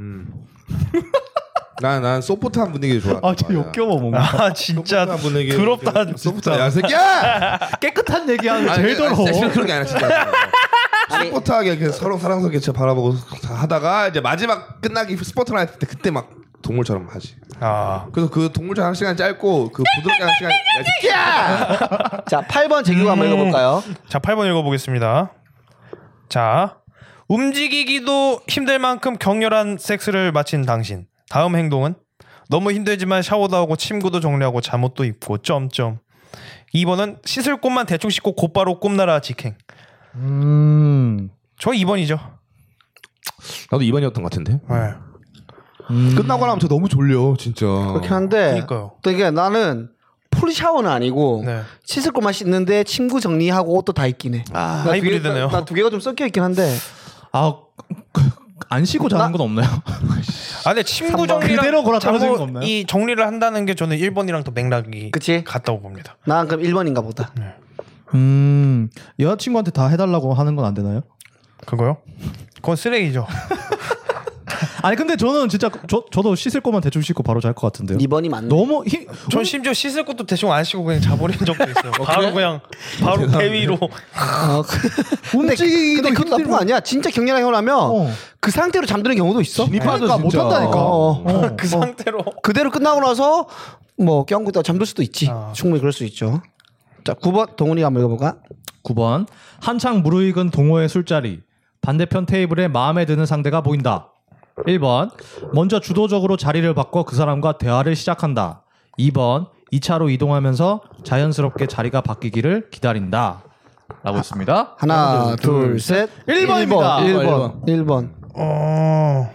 D: 난난 소프트한 분위기 좋아.
F: 아저 역겨워 뭔가
B: 아 진짜 더럽다
D: 소프트한
B: 진짜.
D: 야 새끼야.
F: 아, 깨끗한 얘기하는 게
D: 아니,
F: 제일
D: 아니,
F: 더러워
D: 사실은 그런 게 아니라 진짜. 스포트하게 이렇게 서로 사랑스럽게 진짜 바라보고 다 하다가 이제 마지막 끝나기 스포트라이트 때 그때 막 동물처럼 하지.
B: 아
D: 그래서 그 동물처럼 한 시간 짧고 그 부드럽게 한 시간. 야, 새끼야!
C: 자, 8번 재규가
B: 음.
C: 한번 읽어볼까요?
B: 자, 8번 읽어보겠습니다. 자, 움직이기도 힘들 만큼 격렬한 섹스를 마친 당신. 다음 행동은 너무 힘들지만 샤워도 하고 침구도 정리하고 잠옷도 입고 점점. 2번은 씻을 곳만 대충 씻고 곧바로 꼼나라 직행.
F: 음,
B: 저 2번이죠.
D: 나도 2번이었던 것 같은데.
B: 네.
D: 음. 끝나고 나면 저 너무 졸려 진짜.
C: 그렇긴 한데
B: 그러니까요.
C: 또 이게 나는 풀 샤워는 아니고
B: 네.
C: 씻을 것만 씻는데 침구 정리하고 옷도 다 입긴 해.
B: 아,
C: 나 두 개-
B: 하이브리드네요.
C: 아, 나두 개가 좀 섞여 있긴 한데
F: 아, 그, 아안 쉬고 자는 건 없나요?
B: 아, 근데 침구
C: 삼 번.
B: 정리랑
F: 그대로 걸어 떨어지는 거
B: 잠옷
F: 없나요?
B: 이 정리를 한다는 게 저는 1번이랑 또 맥락이
C: 그치?
B: 같다고 봅니다.
C: 난 그럼 1번인가 보다.
F: 음 여자친구한테 다 해달라고 하는 건 안 되나요?
B: 그거요? 그건 쓰레기죠.
F: 아니 근데 저는 진짜 저 저도 씻을 것만 대충 씻고 바로 잘 것 같은데요.
C: 2번이 맞네.
F: 너무 힘
B: 전 심지어 씻을 것도 대충 안 씻고 그냥 자버린 적도 있어요. 바로 그냥 바로 배 위로.
C: 어, 그- 근데, 근데 그것도 나쁜 거 아니야. 진짜 격렬하게 혼하면
F: 어.
C: 그 상태로 잠드는 경우도 있어.
F: 그러니까 못 한다니까.
C: 어.
F: 어.
B: 그 상태로.
C: 그대로 끝나고 나서 뭐 껴안고 있다가 잠들 수도 있지.
B: 아.
C: 충분히 그럴 수 있죠. 자, 9번 동훈이가 한번 읽어볼까?
F: 9번 한창 무르익은 동호회 술자리 반대편 테이블에 마음에 드는 상대가 보인다 1번 먼저 주도적으로 자리를 바꿔 그 사람과 대화를 시작한다 2번 2차로 이동하면서 자연스럽게 자리가 바뀌기를 기다린다 라고 있습니다
C: 하나, 둘, 셋. 아,
F: 일번입니다.
C: 1번. 1번. 1번.
B: 어.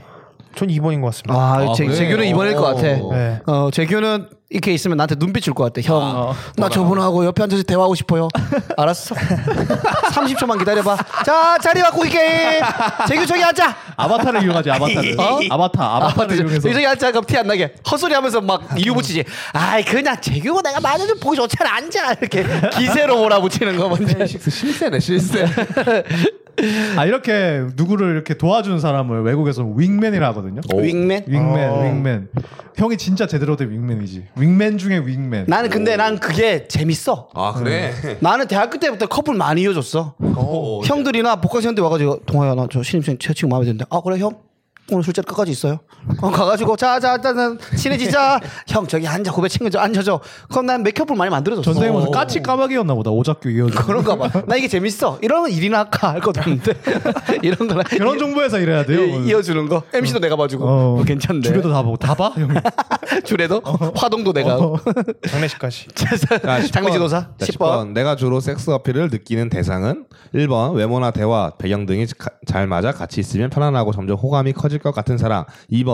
B: 전 2번인 것 같습니다.
C: 아,
D: 아,
C: 재,
D: 그래요?
C: 재규는 이번일 것 같아.
D: 어.
B: 네.
C: 어, 재규는 이렇게 있으면 나한테 눈빛 줄 것 같아. 형, 나 저분하고 옆에 앉아서 대화하고 싶어요. 알았어. 30초만 기다려봐. 자, 자리 바꾸기 게임. 재규 저기 앉아.
F: 아바타를 이용하지 아바타를
C: 어?
F: 아바타
C: 아,
F: 아바타를 이용해서
C: 저기 앉아. 그럼 티 안 나게. 헛소리 하면서 막 이유 붙이지. 아이, 그냥 재규고 내가 맞아도 보기 좋잖아. 앉아. 이렇게 기세로 몰아붙이는 거 뭔지.
D: 실세네 실세.
F: 아 이렇게 누구를 이렇게 도와준 사람을 외국에서 윙맨이라 하거든요
C: 윙맨?
F: 윙맨
B: 어.
C: 아.
F: 윙맨 형이 진짜 제대로 된 윙맨이지 윙맨 중에 윙맨
C: 나는 근데 난 그게 재밌어.
D: 아 그래.
C: 나는 대학교 때부터 커플 많이 네. 이어줬어.
F: 뭐, 네.
D: 어.
C: 형들이나 복학생한테 와가지고 동아야 나 저 신입생 제 친구 마음에 드는데 아 그래 형 오늘 술자리 끝까지 있어요. 어, 가가지고 자자 일단은 친해지자. 형 저기 앉아 고배 챙겨줘 앉아줘. 그럼 난 메이크업을 많이 만들어줬어.
F: 전생에 무슨 까치 까마귀였나 보다 오작교 이어주
C: 그런가 봐. 나 이게 재밌어. 이러면 일이나 할까 할 것도 없는데 이런 거나
F: 그런 정보에서 일해야 돼요.
C: 이- 이어주는 거. MC도 내가 봐주고
F: 어.
C: 어, 괜찮네.
F: 주류도 어. 다 보고 다 봐. 형이.
C: 줄에도 화동도 내가. 하고.
B: 아. 장례식까지.
D: 자, 10번.
C: 장례지도사
D: 자,
C: 10 번.
D: 10번. 내가 주로 섹스 어필을 느끼는 대상은 1번 외모나 대화, 배경 등이 가- 잘 맞아 같이 있으면 편안하고 점점 호감이 커질 것 같은 사람. 2번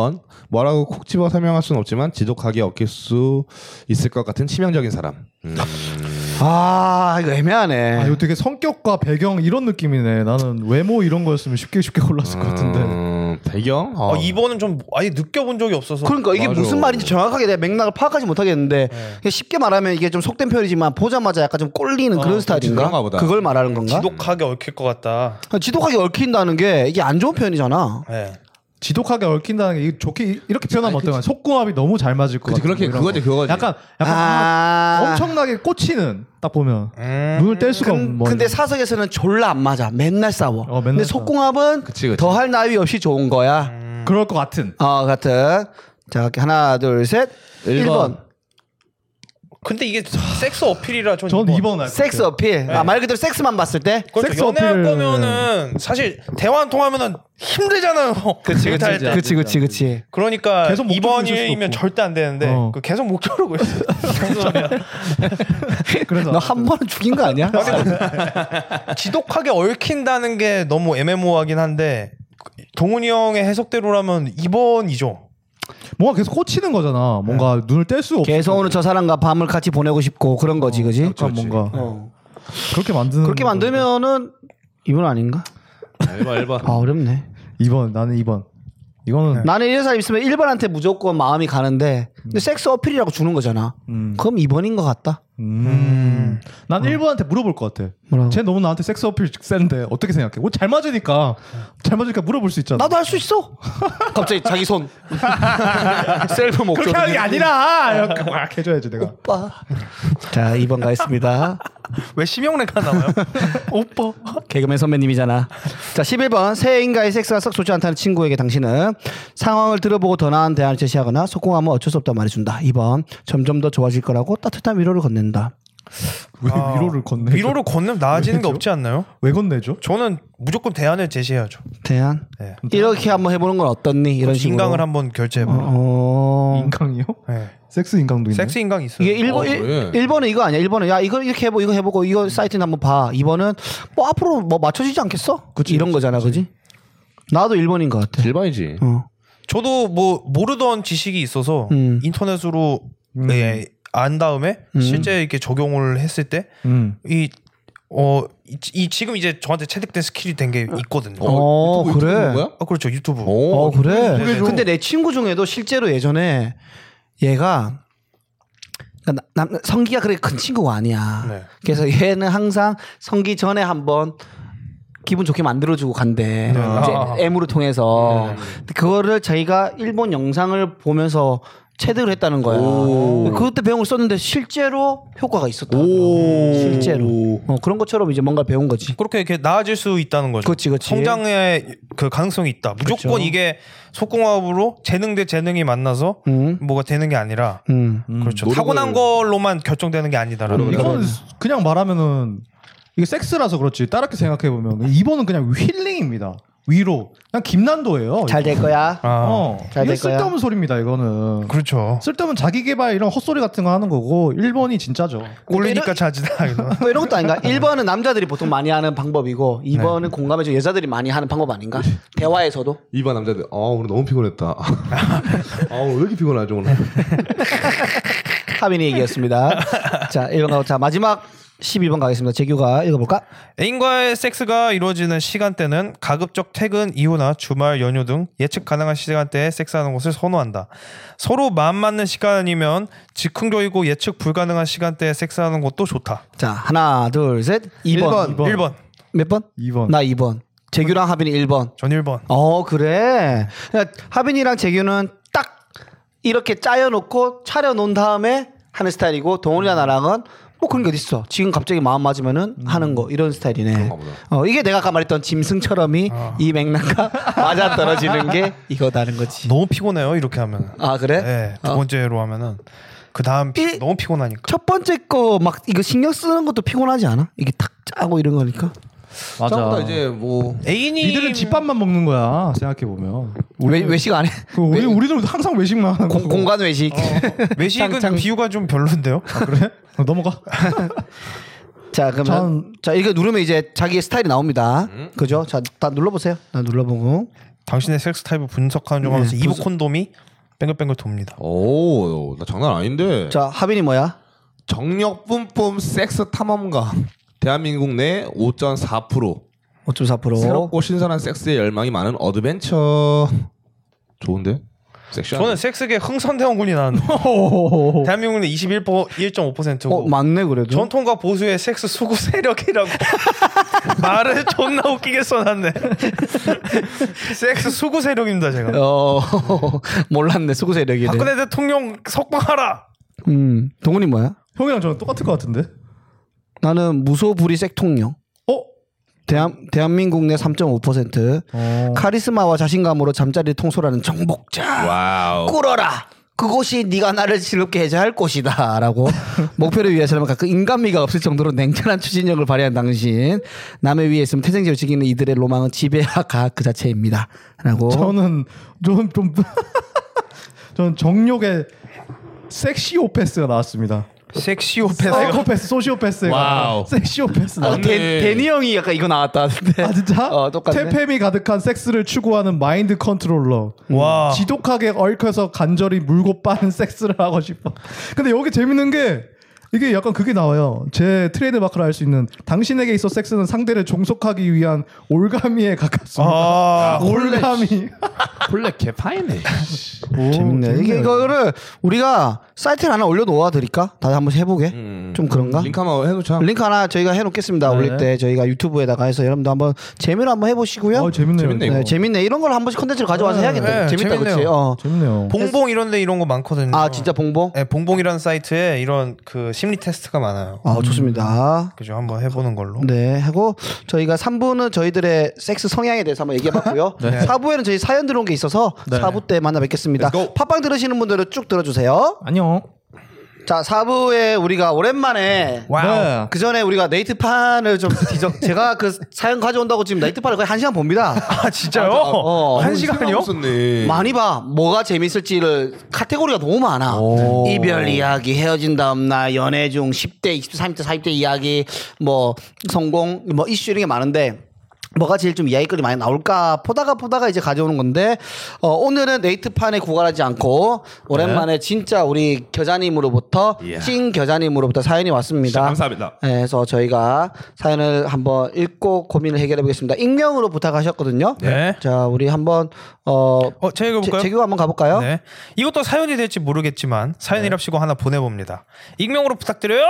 D: 뭐라고 콕 집어 설명할 수는 없지만 지독하게 엮일 수 있을 것 같은 치명적인 사람. 음.
C: 아 이거 애매하네.
F: 아, 이거 되게 성격과 배경 이런 느낌이네. 나는 외모 이런 거였으면 쉽게 쉽게 골랐을 것 같은데.
D: 음, 배경?
B: 어,
D: 어.
B: 2번은 좀 아예 느껴본 적이 없어서.
C: 그러니까 이게
D: 맞아.
C: 무슨 말인지 정확하게 내가 맥락을 파악하지 못하겠는데 그냥 쉽게 말하면 이게 좀 속된 표현이지만 보자마자 약간 좀 꼴리는 그런 스타일인가?
D: 그런가 보다.
C: 그걸 말하는 건가? 아,
B: 지독하게 얽힐 것 같다.
C: 지독... 하게 얽힌다는 게 이게 안 좋은 표현이잖아.
B: 네.
F: 지독하게 얽힌다는 게 이거 좋게 이렇게 표현하면 어떨까? 속궁합이 너무 잘 맞을 것
D: 그치,
F: 같아.
D: 그렇게, 그거지, 그거지.
F: 약간 약간
C: 아.
F: 막 엄청나게 꽂히는 딱 보면
B: 음.
F: 눈을 뗄 수가 없는.
C: 근, 근데 사석에서는 졸라 안 맞아. 맨날 싸워.
F: 어, 맨날
C: 근데
F: 싸워. 음.
C: 속궁합은
D: 그치, 그치.
C: 더할 나위 없이 좋은 거야.
F: 그럴 것 같은.
C: 어 같은. 자 이렇게 하나 둘 셋. 1번.
B: 근데 이게 섹스 어필이라 전
F: 저는
B: 이거-
F: 2번 할
C: 뭐, 섹스 어필. 아, 말 그대로 섹스만 봤을 때.
B: 그렇죠.
F: 섹스
B: 연애할
F: 어필을-
B: 거면은 사실 대화 안 통하면은 힘들잖아요. 그치 그치 때.
C: 그치 그치 그치.
B: 그러니까
F: 계속 목 조르고 있을 수도
B: 2번이면
F: 없고.
B: 절대 안 되는데
F: 어.
B: 그 계속 목 조르고 있어. 무슨 소리야.
F: 그래서
C: 너 한 번은 죽인 거 아니야?
B: 지독하게 얽힌다는 게 너무 애매모호하긴 한데 동훈이 형의 해석대로라면 2번이죠.
F: 뭔가 계속 꽂히는 거잖아. 뭔가
C: 네.
F: 눈을 뗄 수 없어.
C: 계속 오늘 저 사람과 밤을 같이 보내고 싶고 그런 거지, 그지?
F: 약간 뭔가
C: 어.
F: 그렇게 만드는
C: 그렇게 만들면은 이건 아닌가?
D: 1번 1번.
C: 아 어렵네.
F: 2번 나는 2번. 이거는
C: 나는 이런 사람 있으면 1번한테 무조건 마음이 가는데 근데 섹스 어필이라고 주는 거잖아.
F: 음.
C: 그럼 2번인 것 같다.
F: 음. 난 1번한테 물어볼 것 같아.
C: 뭐라고?
F: 쟤 너무 나한테 섹스 어필 센데 어떻게 생각해? 옷 잘 맞으니까 잘 맞으니까 물어볼 수 있잖아.
C: 나도 할 수 있어. 갑자기 자기 손. 셀프 목적.
F: 그렇게 하는 게 아니라 이렇게 막 해줘야지 내가.
C: 오빠. 자 2번 가겠습니다.
B: 왜 심형래가 나와요?
F: 오빠.
C: 개그맨 선배님이잖아. 자 11번 새해인가의 섹스가 썩 좋지 않다는 친구에게 당신은 상황을 들어보고 더 나은 대안을 제시하거나 속공하면 어쩔 수 없다 말해준다. 2번 점점 더 좋아질 거라고 따뜻한 위로를 건넨다.
F: 왜
C: 어.
B: 아,
F: 위로를 건네?
B: 위로를 건너면 나아지는 게
F: 왜죠?
B: 없지 않나요?
F: 왜 건네줘?
B: 저는 무조건 대안을 제시해야죠.
C: 대안.
B: 네.
C: 이렇게 한번 해보는 건 어떻니? 이런 식으로.
B: 인강을 한번 결제해봐. 요 예.
C: 어...
F: 인강이요? 섹스 인강도 있네.
B: 섹스 인강 있어요.
C: 이게 1번,
D: 어, 그래.
C: 1번은 이거 아니야. 1번은 야, 이거 이렇게 해보고 이거 해보고 이거 사이트는 한번 봐. 2번은 뭐 앞으로 뭐 맞춰지지 않겠어? 이런 거잖아. 그지? 나도 1번인 것 같아.
D: 1번이지.
C: 어.
B: 저도 뭐 모르던 지식이 있어서
C: 음.
B: 인터넷으로 예, 안 다음에 실제 이렇게 적용을 했을
F: 음.
B: 때 이 어, 이, 이 지금 이제 저한테 체득된 스킬이 된 게 있거든요.
C: 어,
D: 유튜브
C: 그래?
D: 보는 거야?
B: 아 그렇죠 유튜브.
D: 오.
C: 어, 그래.
B: 그래도-
C: 근데 내 친구 중에도 실제로 예전에 얘가 그러니까 나- 남, 성기가 그렇게 큰 친구가 아니야.
B: 네.
C: 그래서 얘는 항상 성기 전에 한번 기분 좋게 만들어주고 간대.
B: 아.
C: 이제 M으로 통해서 근데 그거를 자기가 일본 영상을 보면서 체득을 했다는 거야. 그때 배운 걸 썼는데 실제로 효과가 있었다. 실제로. 어, 그런 것처럼 이제 뭔가 를 배운 거지.
B: 그렇게 이렇게 나아질 수 있다는 거죠.
C: 그치, 그치.
B: 성장의 그 가능성이 있다. 무조건
C: 그쵸.
B: 이게 속공합으로 재능 대 재능이 만나서
C: 음.
B: 뭐가 되는 게 아니라
C: 음.
B: 그렇죠.
D: 노력을-
B: 타고난 걸로만 결정되는 게 아니다라는 거죠.
F: 이거는 그냥 말하면은 이게 섹스라서 그렇지. 따랗게 생각해 보면 2번은 그냥 힐링입니다. 위로. 그냥 김난도예요.
C: 잘 될 거야.
B: 아,
F: 어.
C: 잘될
F: 이게
C: 거야.
F: 쓸데없는 소리입니다. 이거는.
B: 그렇죠.
C: 그러니까
F: 쓸데없는 자기 개발 이런 헛소리 같은 거 하는 거고 1번이 진짜죠.
B: 꼴리니까 자지다. 이런.
C: 뭐 이런 것도 아닌가? 1번은 남자들이 보통 많이 하는 방법이고 2번은 공감해줘 여자들이 많이 하는 방법 아닌가? 대화에서도
D: 2번 남자들. 아 오늘 너무 피곤했다. 아 오늘 왜 이렇게 피곤하죠 오늘.
C: 하빈이 얘기였습니다. 자, 1번 가고 자 마지막 12번 가겠습니다. 재규가 읽어볼까?
B: 애인과의 섹스가 이루어지는 시간대는 가급적 퇴근 이후나 주말 연휴 등 예측 가능한 시간대에 섹스하는 것을 선호한다. 서로 마음 맞는 시간이면 즉흥적이고 예측 불가능한 시간대에 섹스하는 것도 좋다.
C: 자, 하나, 둘, 셋.
B: 1번.
C: 2번.
B: 1번.
C: 몇 번?
F: 2번.
C: 나 2번. 재규랑 하빈이 1번.
B: 전 1번.
C: 어, 그래. 야, 하빈이랑 재규는 딱 이렇게 짜여놓고 차려놓은 다음에 하는 스타일이고 동훈이랑 나랑은 뭐 그런 게 어딨어. 지금 갑자기 마음 맞으면은 하는 거 이런 스타일이네.
D: 그런가 보다.
C: 어, 이게 내가 아까 말했던 짐승처럼이 이 맥락과 맞아 떨어지는 게 이거다는 거지.
B: 너무 피곤해요. 이렇게 하면.
C: 아, 그래?
B: 네. 두
C: 어.
B: 번째로 하면은 그 다음 피-
C: 일-
B: 너무 피곤하니까.
C: 첫 번째 거 막 이거 신경 쓰는 것도 피곤하지 않아? 이게 탁 짜고 이런 거니까.
D: 다 이제 뭐
B: 애인이
F: 니들은 집밥만 먹는 거야. 생각해 보면. 그
C: 외, 외식 안 해?
F: 우리 우리들은 항상 외식만 하는 거.
C: 공, 공간 외식.
B: 외식은
C: 장- 장-
B: 비유가 좀 별론데요.
F: 그래? 어, 넘어가.
C: 자 그러면
F: 전-
C: 자 이거 누르면 이제 자기의 스타일이 나옵니다. 그죠? 자 다 눌러보세요. 나 눌러보고
B: 당신의 섹스 타입을 분석하는 중
C: 네,
B: 하면서 이브 콘돔이 뱅글뱅글 돕니다.
D: 오, 나 장난 아닌데.
C: 자 하빈이 뭐야?
D: 정력 뿜뿜 섹스 탐험가. 대한민국 내 5.4%
C: 5.4%
D: 새롭고 신선한 섹스의 열망이 많은 어드벤처. 좋은데? 섹시한.
B: 저는 섹스계 흥선대원군이 나왔는데 대한민국은 21% 1.5%고
C: 어 맞네 그래도.
B: 전통과 보수의 섹스 수구 세력이라고 말을 존나 웃기게 써놨네 섹스 수구 세력입니다 제가
C: 어 몰랐네 수구 세력이래.
B: 박근혜 대통령 석방하라
C: 음 동훈이 뭐야?
F: 형이랑 저는 똑같을 것 같은데.
C: 나는 무소불위 섹통령.
F: 어?
C: 대한 대한민국 내 3.5% 카리스마와 자신감으로 잠자리를 통솔하는 정복자.
D: 와우.
C: 꿇어라. 그곳이 네가 나를 즐겁게 해제할 곳이다라고 목표를 위해서라면 가끔 인간미가 없을 정도로 냉철한 추진력을 발휘한 당신 남의 위에 있으면 태생제로 즐기는 이들의 로망은 지배화가 그 자체입니다라고
F: 저는 저는 좀 저는 정욕의 섹시오패스가 나왔습니다.
B: 섹시오패스
F: 사이코패스, 소시오패스가
D: 와우.
F: 아니라 섹시오패스.
C: 아,
F: 나왔-
C: 데, 데니 형이 약간 이거 나왔다는데
F: 아 진짜?
C: 어 똑같네
F: 퇴폐미 가득한 섹스를 추구하는 마인드 컨트롤러.
B: 와
F: 지독하게 얽혀서 간절히 물고 빠는 섹스를 하고 싶어. 근데 여기 재밌는 게 이게 약간 그게 나와요. 제 트레이드 마크를 알 수 있는 당신에게 있어 섹스는 상대를 종속하기 위한 올가미에 가깝습니다.
B: 아,
F: 올가미.
D: 블랙 개파이네.
C: 재밌네 이게 이거를 우리가 사이트를 하나 올려놓아 드릴까 다들 한번 해보게 좀 그런가
D: 음, 링크 한번 해놓자.
C: 링크 하나 저희가
F: 네.
C: 해놓겠습니다. 올릴 때 저희가 유튜브에다가 해서 여러분도 한번 재미로 한번 해보시고요.
F: 어, 재밌네요.
D: 재밌네, 이거.
C: 네, 재밌네. 이런 걸 한 번씩 컨텐츠를 가져와서 해야겠다.
B: 네,
C: 재밌다,
B: 재밌네요.
C: 그치? 어.
F: 재밌네요.
B: 봉봉 이런데 이런 거 많거든요.
C: 아, 진짜 봉봉?
B: 네, 봉봉이라는 사이트에 이런 그 심리 테스트가 많아요.
C: 아, 좋습니다.
B: 그죠? 한번 해보는 걸로.
C: 네, 하고 저희가 3부는 저희들의 섹스 성향에 대해서 한번 얘기해봤고요.
B: 네.
C: 사 4부에는 저희 사연 들어온 게 있어서 사 4부 때 만나 뵙겠습니다. 팟빵 들으시는 분들은 쭉 들어주세요.
F: 안녕.
C: 자, 4부에 우리가 오랜만에
B: 와우.
C: 그 전에 우리가 네이트판을 좀 뒤적 제가 그 사연 가져온다고 지금 네이트판을 거의 한 시간 봅니다.
B: 아 진짜요?
C: 어.
B: 한 시간이요?
D: 없었네.
C: 많이 봐. 뭐가 재밌을지를 카테고리가 너무 많아. 이별 이야기, 헤어진 다음 날, 연애 중 10대, 20대, 30대, 40대 이야기, 뭐 성공, 뭐 이슈 이런 게 많은데 뭐가 제일 좀 이야기거리 많이 나올까 보다가 보다가 이제 가져오는 건데 어, 오늘은 네이트판에 구갈하지 않고 오랜만에 진짜 우리 겨자님으로부터
D: 네. 이야.
C: 찐 겨자님으로부터 사연이
D: 진짜
C: 왔습니다.
D: 감사합니다.
C: 네, 그래서 저희가 사연을 한번 읽고 고민을 해결해 보겠습니다. 익명으로 부탁하셨거든요.
B: 네.
C: 자, 우리 한번 어
B: 어, 제가 읽어볼까요?
C: 재규 한번 가볼까요?
B: 네. 이것도 사연이 될지 모르겠지만 사연이랍시고 하나 보내봅니다. 익명으로 부탁드려요.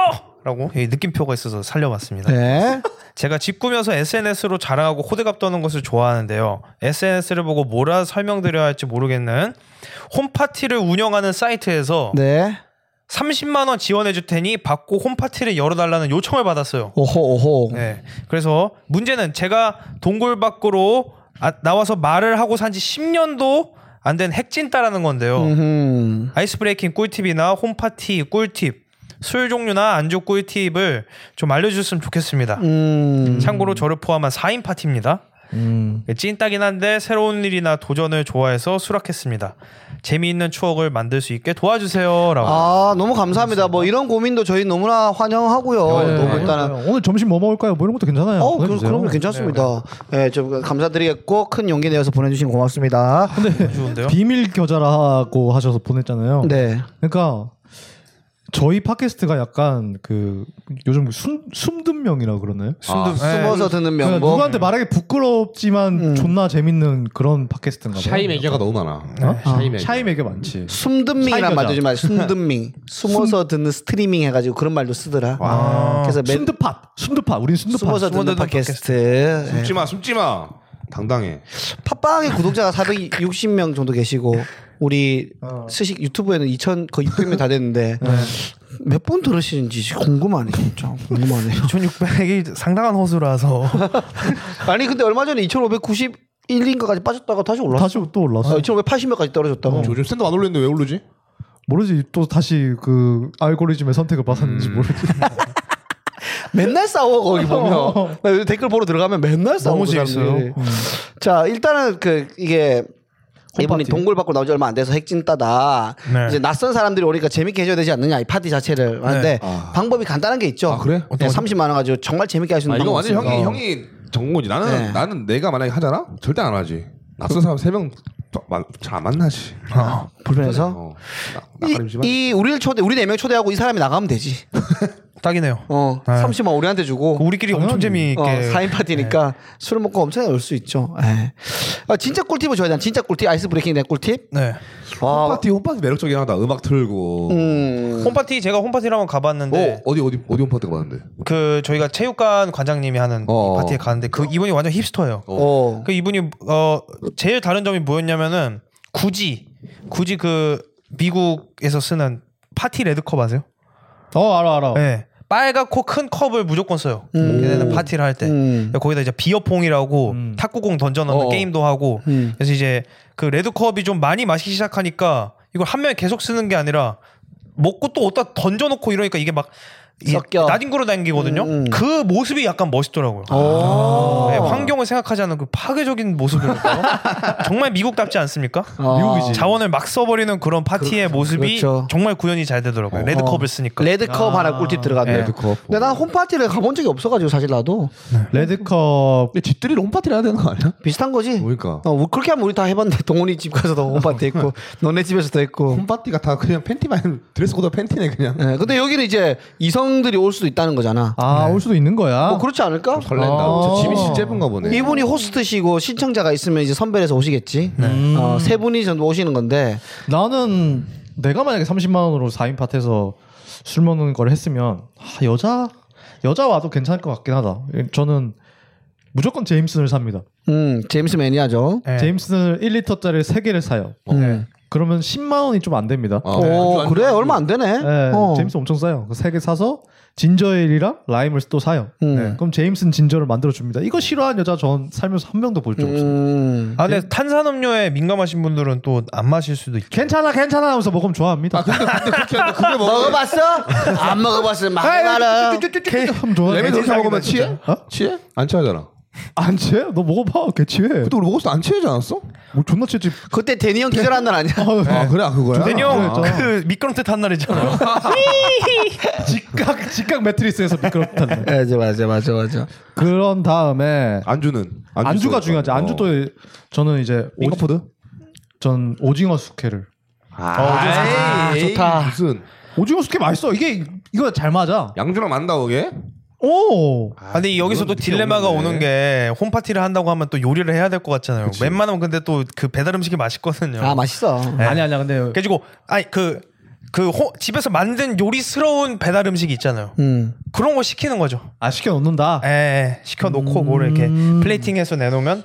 B: 라고 이 느낌표가 있어서 살려봤습니다.
C: 네.
B: 제가 집 꾸면서 SNS로 자랑하고 호들갑 떠는 것을 좋아하는데요. SNS를 보고 뭐라 설명드려야 할지 모르겠는 홈파티를 운영하는 사이트에서
C: 네.
B: 30만 원 지원해 줄 테니 받고 홈파티를 열어달라는 요청을 받았어요.
C: 오호 오호.
B: 네. 그래서 문제는 제가 동굴 밖으로 아- 나와서 말을 하고 산 지 10년도 안 된 핵진따라는 건데요.
C: 음.
B: 아이스 브레이킹 꿀팁이나 홈파티 꿀팁, 술 종류나 안주 꿀팁을 좀 알려주셨으면 좋겠습니다.
C: 음.
B: 참고로 저를 포함한 4인 파티입니다.
F: 음.
B: 찐따긴 한데 새로운 일이나 도전을 좋아해서 수락했습니다. 재미있는 추억을 만들 수 있게 도와주세요라고.
C: 아 너무 감사합니다. 뭐 이런 고민도 저희 너무나 환영하고요. 어, 너무 일단은
F: 네. 오늘 점심 뭐 먹을까요? 뭐 이런 것도 괜찮아요.
C: 어 네, 그,
F: 보내주세요.
C: 그럼요 괜찮습니다. 예, 좀 감사드리겠고 큰 용기 내어서 보내주시면 고맙습니다.
F: 근데
B: 좋은데요?
F: 비밀 겨자라고 하셔서 보냈잖아요.
C: 네.
F: 그러니까 저희 팟캐스트가 약간 그 요즘 숨 숨든명이라 그러나요?
D: 아,
B: 네.
C: 네. 숨어서 듣는
F: 그러니까
C: 명곡.
F: 누구한테 말하기 부끄럽지만 존나 재밌는 그런 팟캐스트인가 봐요.
D: 샤이 매개가 너무 많아. 어?
F: 샤이
D: 샤이
F: 매
D: 매개.
F: 샤이 매개 많지.
C: 숨든밍이란
F: 차이가죠.
C: 말도 좀 말. 숨든밍. 숨어서 듣는 스트리밍 해가지고 그런 말도 쓰더라. 그래서 맨
F: 순드팟, 순드팟, 우린 순드팟.
C: 숨어서 듣는 팟캐스트. 예.
D: 숨지 마, 숨지 마. 당당해.
C: 팟빵의 구독자가 460명 정도 계시고 우리
F: 어.
C: 스식 유튜브에는 2천 거의 600명 다 됐는데
F: 네.
C: 몇 분 들으시는지 궁금하네 진짜 궁금하네.
B: 2,600이 상당한 호수라서
C: 아니 근데 얼마 전에 2,591인가까지 빠졌다가 다시 올랐어.
F: 다시 또 올라왔어.
C: 아, 2,580명까지 떨어졌다고.
D: 요즘 샌드 안 올리는데 왜 올리지?
F: 모르지 또 다시 그 알고리즘의 선택을
C: 음.
F: 받았는지 모르지.
C: 맨날 싸워 거기 보면 나 요즘 댓글 보러 들어가면 맨날 싸워.
B: 너무
C: 그 사람들이.
B: 재밌어요.
C: 자 일단은 그 이게 이분이
F: 홈파티.
C: 동굴 밖으로 나오지 얼마 안 돼서 핵진 따다.
B: 네.
C: 이제 낯선 사람들이 오니까 재밌게 해줘야 되지 않느냐 이 파티 자체를. 근데 방법이 간단한 게 있죠.
D: 아, 그래?
C: 네, 30만 원 가지고 정말 재밌게 할 수
D: 아,
C: 있는
D: 이거
C: 방법.
D: 완전
F: 어.
D: 형이 형이 전공이지. 나는
C: 네.
D: 나는 내가 만약에 하잖아, 절대 안 하지. 낯선 사람 세 명 잘 안 만나지.
C: 불편해서
D: 어. 나-
C: 이,
D: 나가림씨만.
C: 이 우리를 초대 우리 네 명 초대하고 이 사람이 나가면 되지.
B: 딱이네요. 그
C: 어, 30만 원 우리한테 주고
B: 우리끼리 엄청 재미있게
C: 어, 4인 파티니까 술을 먹고 엄청나게 올 수 있죠. 예. 아, 진짜 꿀팁을 줘야 돼. 진짜 꿀팁 아이스 브레이킹 내 꿀팁.
B: 네.
D: 아,
C: 와,
D: 홈파티 홈파티 매력적이긴 하다. 음악 틀고.
C: 음,
B: 홈파티 제가 홈파티를 한번 가봤는데
D: 어 어디 어디 어디 홈파티가 많은데.
B: 그 저희가 체육관 관장님이 하는
D: 어.
B: 파티에 가는데 그 이분이 완전 힙스터예요.
C: 어,
B: 그 이분이 어 제일 다른 점이 뭐였냐면은 굳이 굳이 그 미국에서 쓰는 파티 레드컵 아세요?
F: 어 알아 알아.
B: 예. 빨갛고 큰 컵을 무조건 써요. 걔네는 파티를 할 때.
C: 음.
B: 거기다 이제 비어퐁이라고 탁구공 던져넣는
D: 어어.
C: 음.
B: 음. 게임도 하고. 그래서 이제 그 레드컵이 좀 많이 마시기 시작하니까 이걸 한 명이 계속 쓰는 게 아니라 먹고 또 어디다 던져놓고 이러니까 이게 막 이게
C: 섞여.
B: 나뒹굴어 다니거든요.
C: 음, 어. 음.
B: 그 모습이 약간 멋있더라고요.
C: 오.
B: 네,
C: 아.
B: 환경을 생각하지 않는 그 파괴적인 모습이니까 정말 미국답지 않습니까?
C: 미국이지.
B: 자원을 막 써버리는 그런 파티의 모습이
C: 어. 음. 그렇죠. 어.
B: 정말 구현이 잘 되더라고요. 레드컵을 쓰니까.
C: 레드컵 하나 꿀팁 들어갔네.
B: 네.
D: 레드컵.
C: 근데 난 홈파티를 가본 적이 없어가지고 사실 나도
F: 레드컵
D: 근데 집들이 롱파티를 해야 되는 거 아니야?
C: 비슷한 거지.
D: 그러니까
C: 어, 우리- 그렇게 하면 우리 다 해봤는데 동훈이 집 가서도 홈파티 했고 너네 집에서도 했고.
D: 어, 홈파티가 다 그냥 팬티만 드레스 코드 팬티네 그냥.
C: 네, 근데 여기는 이제 이성들이 올 수도 있다는 거잖아.
F: 아올 수도 있는 거야.
C: 뭐 그렇지 않을까?
D: 설렌다.
F: 아.
D: 저 집이 진짜 예쁜가 보네.
C: 이분이 호스트시고 신청자가 있으면 이제 선별해서 오시겠지. 어, 세 분이 전부 오시는 건데
F: 나는 내가 만약에 30만 원으로 4인 파트에서 술 먹는 걸 했으면 아, 여자 여자 와도 괜찮을 것 같긴 하다. 예, 저는 무조건 제임슨을 삽니다.
C: 음, 제임스 매니아죠.
D: 예.
B: 네.
F: 제임슨을 1리터짜리 3개를 사요.
C: 음.
F: 그러면 10만 원이 좀 안 됩니다.
D: 어. 네, 아주
C: 오,
D: 안-
C: 그래 얼마 안 되네.
F: 네,
C: 어.
F: 제임슨 엄청 싸요. 3개 사서 진저에일이랑 라임을 또 사요.
C: 음.
F: 네, 그럼 제임슨 진저를 만들어 줍니다. 이거 싫어하는 여자 전 살면서 한 명도 볼 적 없어요.
C: 음.
B: 아, 근데 탄산음료에 민감하신 분들은 또 안 마실 수도 있죠.
F: 괜찮아 괜찮아 하면서 먹으면 좋아합니다.
D: 아 근데 근데 그렇게 하는데 그게 먹어.
C: 먹어봤어? 안 먹어봤어. 막 말아.
F: 예, 하면 좋아해.
D: 레몬 그렇게 먹으면 취해?
F: 어?
D: 취해? 안 취하잖아.
F: 안 취해? 너 먹어봐. 걔 취해.
D: 그때 우리 먹었을 때 안 취하지 않았어?
F: 뭐 존나 취했지.
C: 그때 데니 형 기절한 날 아니야?
D: 아 그래 아 그거야.
B: 대니형
F: 아,
B: 그 미끄럼틀 탄 날이잖아요.
F: 직각 직각 매트리스에서 미끄럽다.
C: 맞아 맞아 맞아 맞아.
F: 그런 다음에
D: 아, 안주는 어.
F: 안주가 중요하지. 안주도 저는 이제 오징-
D: 윙거푸드.
F: 전 오징어 숙회를.
C: 아, 좋다.
D: 무슨
F: 오징어 숙회 맛있어. 이게 이거 잘 맞아.
D: 양주랑 만다 오게?
F: 오.
B: 아, 근데 여기서 또 딜레마가 오는 게 홈파티를 한다고 하면 또 요리를 해야 될 것 같잖아요. 웬만하면 근데 또 그 배달 음식이 맛있거든요.
C: 아 맛있어.
F: 네. 아니 아니야. 근데
B: 그래가지고 아니 그. 그 호- 집에서 만든 요리스러운 배달 음식이 있잖아요.
C: 음.
B: 그런 거 시키는 거죠.
F: 아 시켜 놓는다.
B: 예, 예. 시켜놓고 뭘 이렇게 플레이팅해서 내놓으면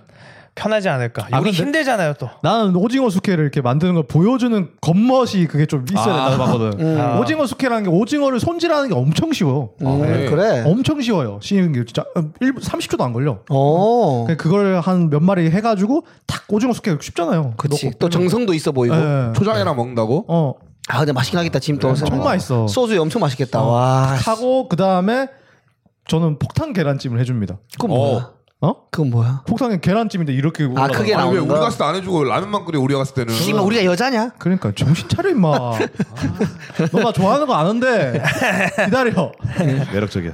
B: 편하지 않을까. 요리
F: 근데-
B: 힘들잖아요 또.
F: 나는 오징어 숙회를 이렇게 만드는 걸 보여주는 겉멋이 그게 좀 있어야 된다고 봤거든.
B: 아.
F: 오징어 숙회라는 게 오징어를 손질하는 게 엄청 쉬워.
C: 음,
D: 네.
C: 그래.
F: 엄청 쉬워요. 쉬는 게 진짜 1분 30초도 안 걸려.
C: 오.
F: 그냥 그걸 한 몇 마리 해가지고 탁 오징어 숙회 쉽잖아요.
C: 그치.
F: 넣고
C: 또 정성도 있어 보이고.
F: 예.
D: 초장이랑 먹는다고?
F: 어
C: 아 근데 맛있긴 하겠다. 지금 또
F: 정말 맛있어.
C: 소스 엄청 맛있겠다. 와.
F: 하고 그 다음에 저는 폭탄 계란찜을 해줍니다.
C: 그건 뭐야?
F: 어?
C: 그건 뭐야?
F: 폭탄 계란찜인데 이렇게 올라가.
C: 크게
D: 아니 왜
C: 나오는
D: 우리
C: 거야?
D: 갔을 때 안 해주고 라면만 끓여 우리가 갔을 때는
C: 씨발 뭐. 우리가 여자냐?
F: 그러니까 정신 차려 임마. 아. 너 나 좋아하는 거 아는데 기다려.
D: 매력적이야.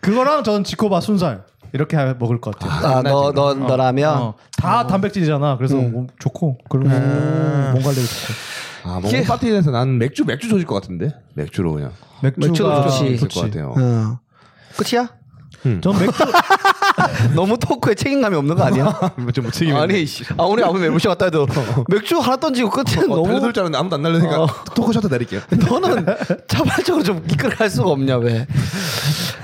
F: 그거랑 저는 지코바 순살 이렇게 하- 먹을 것 같아요.
C: 아너너 너, 너라면
F: 어, 다 단백질이잖아. 그래서
C: 음.
F: 뭐 좋고 그런 몸관리도 좋고
D: 아 뭔가 파티에서 난 맥주 맥주 조질 것 같은데 맥주로 그냥
F: 맥주가
C: 맥주도 좋지.
D: 있을 것 같아요.
C: 어. 끝이야?
F: 전 맥주
C: 너무 토크에 책임감이 없는 거 아니야?
D: 좀못 책임이.
C: 아니 씨. 아 오늘 아무 멜모시 왔다 해도 맥주 하나 던지고 끝은
D: 어,
C: 너무
D: 달려들 줄 알았는데 아무도 안 날려니까 토크샷도 내릴게요.
C: 너는 자발적으로 좀 이끌어갈 수가 없냐 왜?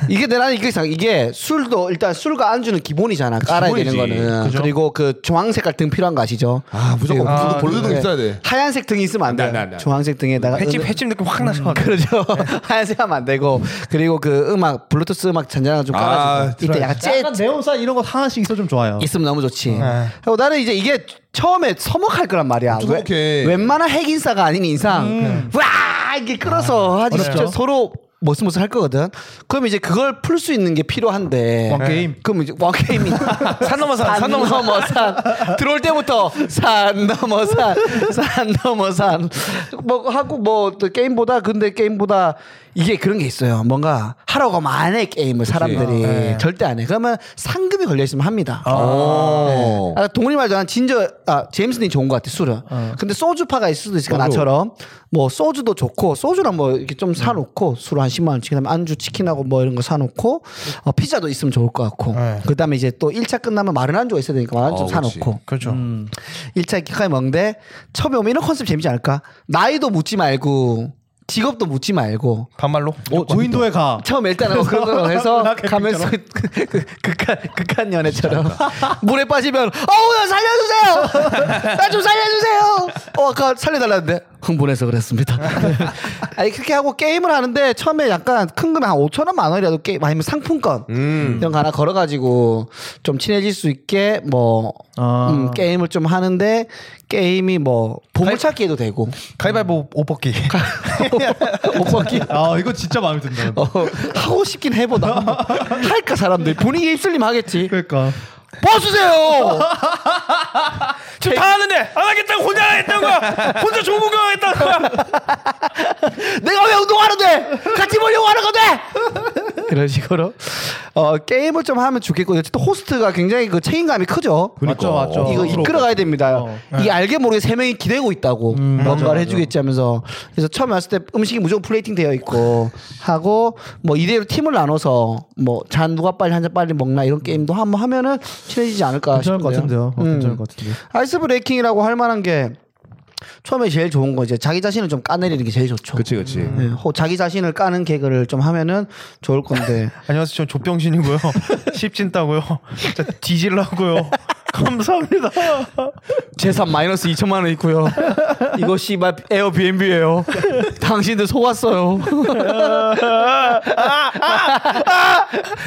C: 이게 내 나는 이게 이상 이게 술도 일단 술과 안주는 기본이잖아 깔아야 되는
D: 기본이지.
C: 거는 그리고그 주황색깔 등 필요한 거 아시죠?
D: 아 무조건
B: 아,
D: 무조건 볼드도
C: 네.
D: 있어야 돼.
C: 하얀색 등이 있으면 안
D: 안 돼,
C: 돼.
D: 안 돼, 안 돼.
C: 주황색 등에다가 음,
B: 횟집 횟집 느낌 확 나서.
C: 그렇죠. 하얀색 하면 안 되고 그리고 그 음악 블루투스 음악 잔잔한 좀
D: 아,
C: 깔아주고 이때 약간 재
F: 약간 네온사 이런 거 하나씩 있어 좀 좋아요.
C: 있으면 너무 좋지.
B: 네.
C: 그리고 나는 이제 이게 처음에 서먹할 거란 말이야.
D: 좀 오케이.
C: 웬만한 핵인싸가 아닌 이상
F: 음.
C: 와 이게 끌어서
F: 아,
C: 하지 쉽죠. 서로 머스머스 할 거거든. 그럼 이제 그걸 풀 수 있는 게 필요한데.
F: 왕 게임.
C: 그럼 이제 왕 게임이
B: 산 넘어 산, 산 넘어 산.
C: 넘어 산 들어올 때부터 산 넘어 산산 넘어 산뭐 하고 뭐또 게임보다 근데 게임보다 이게 그런 게 있어요 뭔가 하라고 하면 안 해 게임을 사람들이
B: 네.
C: 절대 안 해 그러면 상금이 걸려 있으면 합니다
B: 아.
D: 오.
C: 아, 동훈이 말도 한 진저 아 제임슨이 좋은 것 같아 술은.
D: 어.
C: 근데 소주파가 있을 수도 있으니까 나처럼 뭐 소주도 좋고 소주랑 뭐 이렇게
D: 음.
C: 좀 사놓고 술 한 10만 원씩 그다음에 안주 치킨하고 뭐 이런 거 사놓고 어, 피자도 있으면 좋을 것 같고 그다음에 이제 또 1차 끝나면 마른 안주가 있어야 되니까 마른 안주
D: 어, 네. 그렇지.
C: 사놓고
B: 그렇죠.
C: 음. 1차 기까지 먹는데 처음에 오면 이런 컨셉 재밌지 않을까? 나이도 묻지 말고 직업도 묻지 말고
B: 반말로.
F: 어, 고인도에 가.
C: 처음에 일단은 뭐 그런 거 해서
F: 나 개피처럼.
C: 가면서 그- 그- 극한 극한 그러니까. 연애처럼 물에 빠지면 어우 나 살려주세요 나 좀 살려주세요 어 아까 살려달라는데 흥분해서 그랬습니다. 아니 그렇게 하고 게임을 하는데 처음에 약간 큰 금액 한 5천 원만 원이라도 게임 아니면 상품권 이런 거 하나 걸어가지고 좀 친해질 수 있게 뭐
E: 아.
C: 음, 게임을 좀 하는데 게임이 뭐 보물찾기도 되고
B: 가위바위보 옷 벗기.
C: 못 벗기
F: 아 이거 진짜 마음에 든다.
C: 어, 하고 싶긴 해보다 할까 사람들 분위기 입술림 하겠지
F: 그러니까
C: 벗으세요
B: 지금 다 하는데 안 하겠다고 혼자 하겠다는 거야. 혼자 좋은 경 하겠다는 거야.
C: 내가 왜 운동하러 돼? 같이 보려고 하는 건데? 이런 식으로 어, 게임을 좀 하면 좋겠고 어쨌든 호스트가 굉장히 그 책임감이 크죠.
F: 맞죠 맞죠.
C: 이거 이끌어가야 됩니다.
F: 네.
C: 이게 알게 모르게 세 명이 기대고 있다고
F: 음,
C: 뭔가를 해주겠지 하면서 그래서 처음에 왔을 때 음식이 무조건 플레이팅 되어 있고 하고 뭐 이대로 팀을 나눠서 뭐 잔 누가 빨리 한 잔 빨리 먹나 이런 게임도 한번 하면은 친해지지 않을까
F: 괜찮을 것
C: 싶은데요.
F: 같은데요. 어,
C: 음.
F: 괜찮을 것 같은데.
C: 아이스 브레이킹이라고 할 만한 게 처음에 제일 좋은 거 이제 자기 자신을 좀 까내리는 게 제일 좋죠.
D: 그치 그치.
C: 예, 호- 자기 자신을 까는 개그를 좀 하면은 좋을 건데
B: 안녕하세요. 저 조병신이고요. 십진따고요. 진짜 뒤질라고요. 감사합니다.
C: 재산 마이너스 2천만 원 있고요. 이거 씨발 에어비앤비예요. 당신들 속았어요.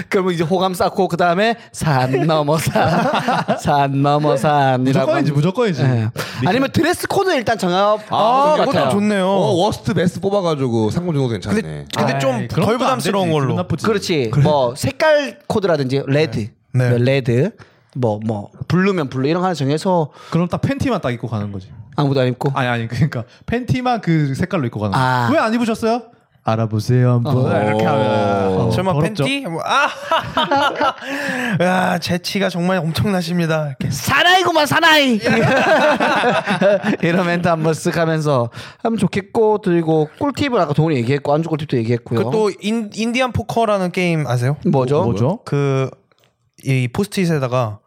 C: 그러면 이제 호감 쌓고 그 다음에 산 넘어 산, 산 넘어 산이라고.
F: 무조건이지 무조건이지.
C: 하면- 예. 아니면 드레스 코드 일단 어, 정할
D: 아,
C: 것 같아요.
B: 좋네요.
D: 어, 워스트 베스트 뽑아가지고 상금 정도 괜찮네.
B: 근데 근데 좀
F: 아이, 예, 그런
B: 덜
F: 거안
B: 부담스러운
F: 되지. 기분
B: 걸로.
F: 나쁘지.
C: 그렇지. 뭐 색깔 코드라든지 레드,
B: 네.
C: 뭐 레드, 뭐 뭐 블루면 블루 이런 거 하나 정해서
F: 그럼 딱 팬티만 딱 입고 가는 거지.
C: 아무도 안 입고.
F: 아니 아니 그러니까 팬티만 그 색깔로 입고 가는 거.
C: 아. 어.
F: 왜안 입으셨어요? 알아보세요 한번 이렇게 하면 어,
B: 설마
F: 더럽죠?
B: 팬티? 뭐, 아, 야 재치가 정말 엄청나십니다. 이렇게.
C: 사나이구만 사나이 이런 멘트 한번 쓱 하면서 하면 좋겠고 그리고 꿀팁을 아까 동훈이 얘기했고 안주 꿀팁도 얘기했고요
B: 그또 인디안 포커라는 게임 아세요?
C: 뭐죠?
F: 뭐죠?
B: 그 이 포스트잇에다가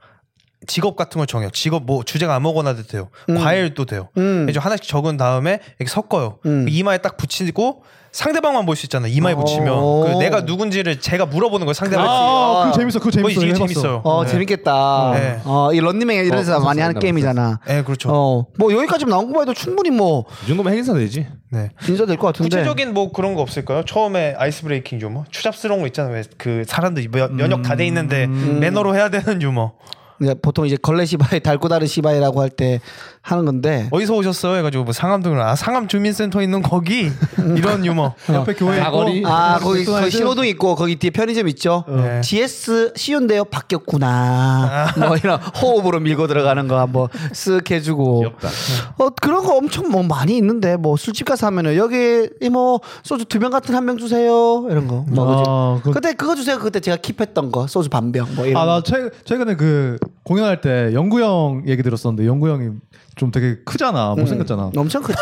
B: 직업 같은 걸 정해요. 직업 뭐 주제가 아무거나 돼도 돼요. 과일도 돼요. 이제 하나씩 적은 다음에 이렇게 섞어요. 그 이마에 딱 붙이고 상대방만 볼 수 있잖아요. 이마에 붙이면 그 내가 누군지를 제가 물어보는 거예요.
F: 아,
B: 상대방한테.
F: 아,
C: 아.
F: 그거 재밌어 그거
B: 뭐
F: 재밌어
B: 이게
F: 해봤어.
B: 재밌어요.
C: 어
B: 네.
C: 재밌겠다
B: 네.
C: 어이 런닝맨 이런 데서 많이 하는 게임이잖아
B: 네, 그렇죠.
C: 어뭐 여기까지 나온 것만 해도 충분히 뭐
D: 이 정도면 행사 되지.
B: 네.
C: 인사될 것 같은데
B: 구체적인 뭐 그런 거 없을까요? 처음에 아이스 브레이킹 유머, 추잡스러운 거 있잖아요. 왜 그 사람들 이 면- 면역 다 돼 있는데 매너로 해야 되는 유머.
C: 그러니까 보통 이제 걸레 시바이 달고 다른 시바이라고 할 때 하는 건데
B: 어디서 오셨어요? 해가지고 뭐 상암 등을 아 상암 주민센터 있는 거기 이런 유머.
F: 옆에 교회
D: 사거리?
F: 있고
C: 아 거기 거기 신호등 있고 거기 뒤에 편의점 있죠
B: 네.
C: GS 시운데요 바뀌었구나
F: 아.
C: 뭐 이런 호흡으로 밀고 들어가는 거 한 번 쓱 해주고
D: 귀엽다.
C: 어 그런 거 엄청 뭐 많이 있는데 뭐 술집 가서 하면은 여기 이뭐 소주 두 병 같은 한 병 주세요 이런 거 뭐,
F: 아,
C: 그때 그거 주세요 그때 제가 킵했던 거 소주 반병 뭐 이런
F: 아나 최근에 그 공연할 때 영구 형 얘기 들었었는데 영구 형이 좀 되게 크잖아
C: 음.
F: 못생겼잖아
C: 거. 엄청 크지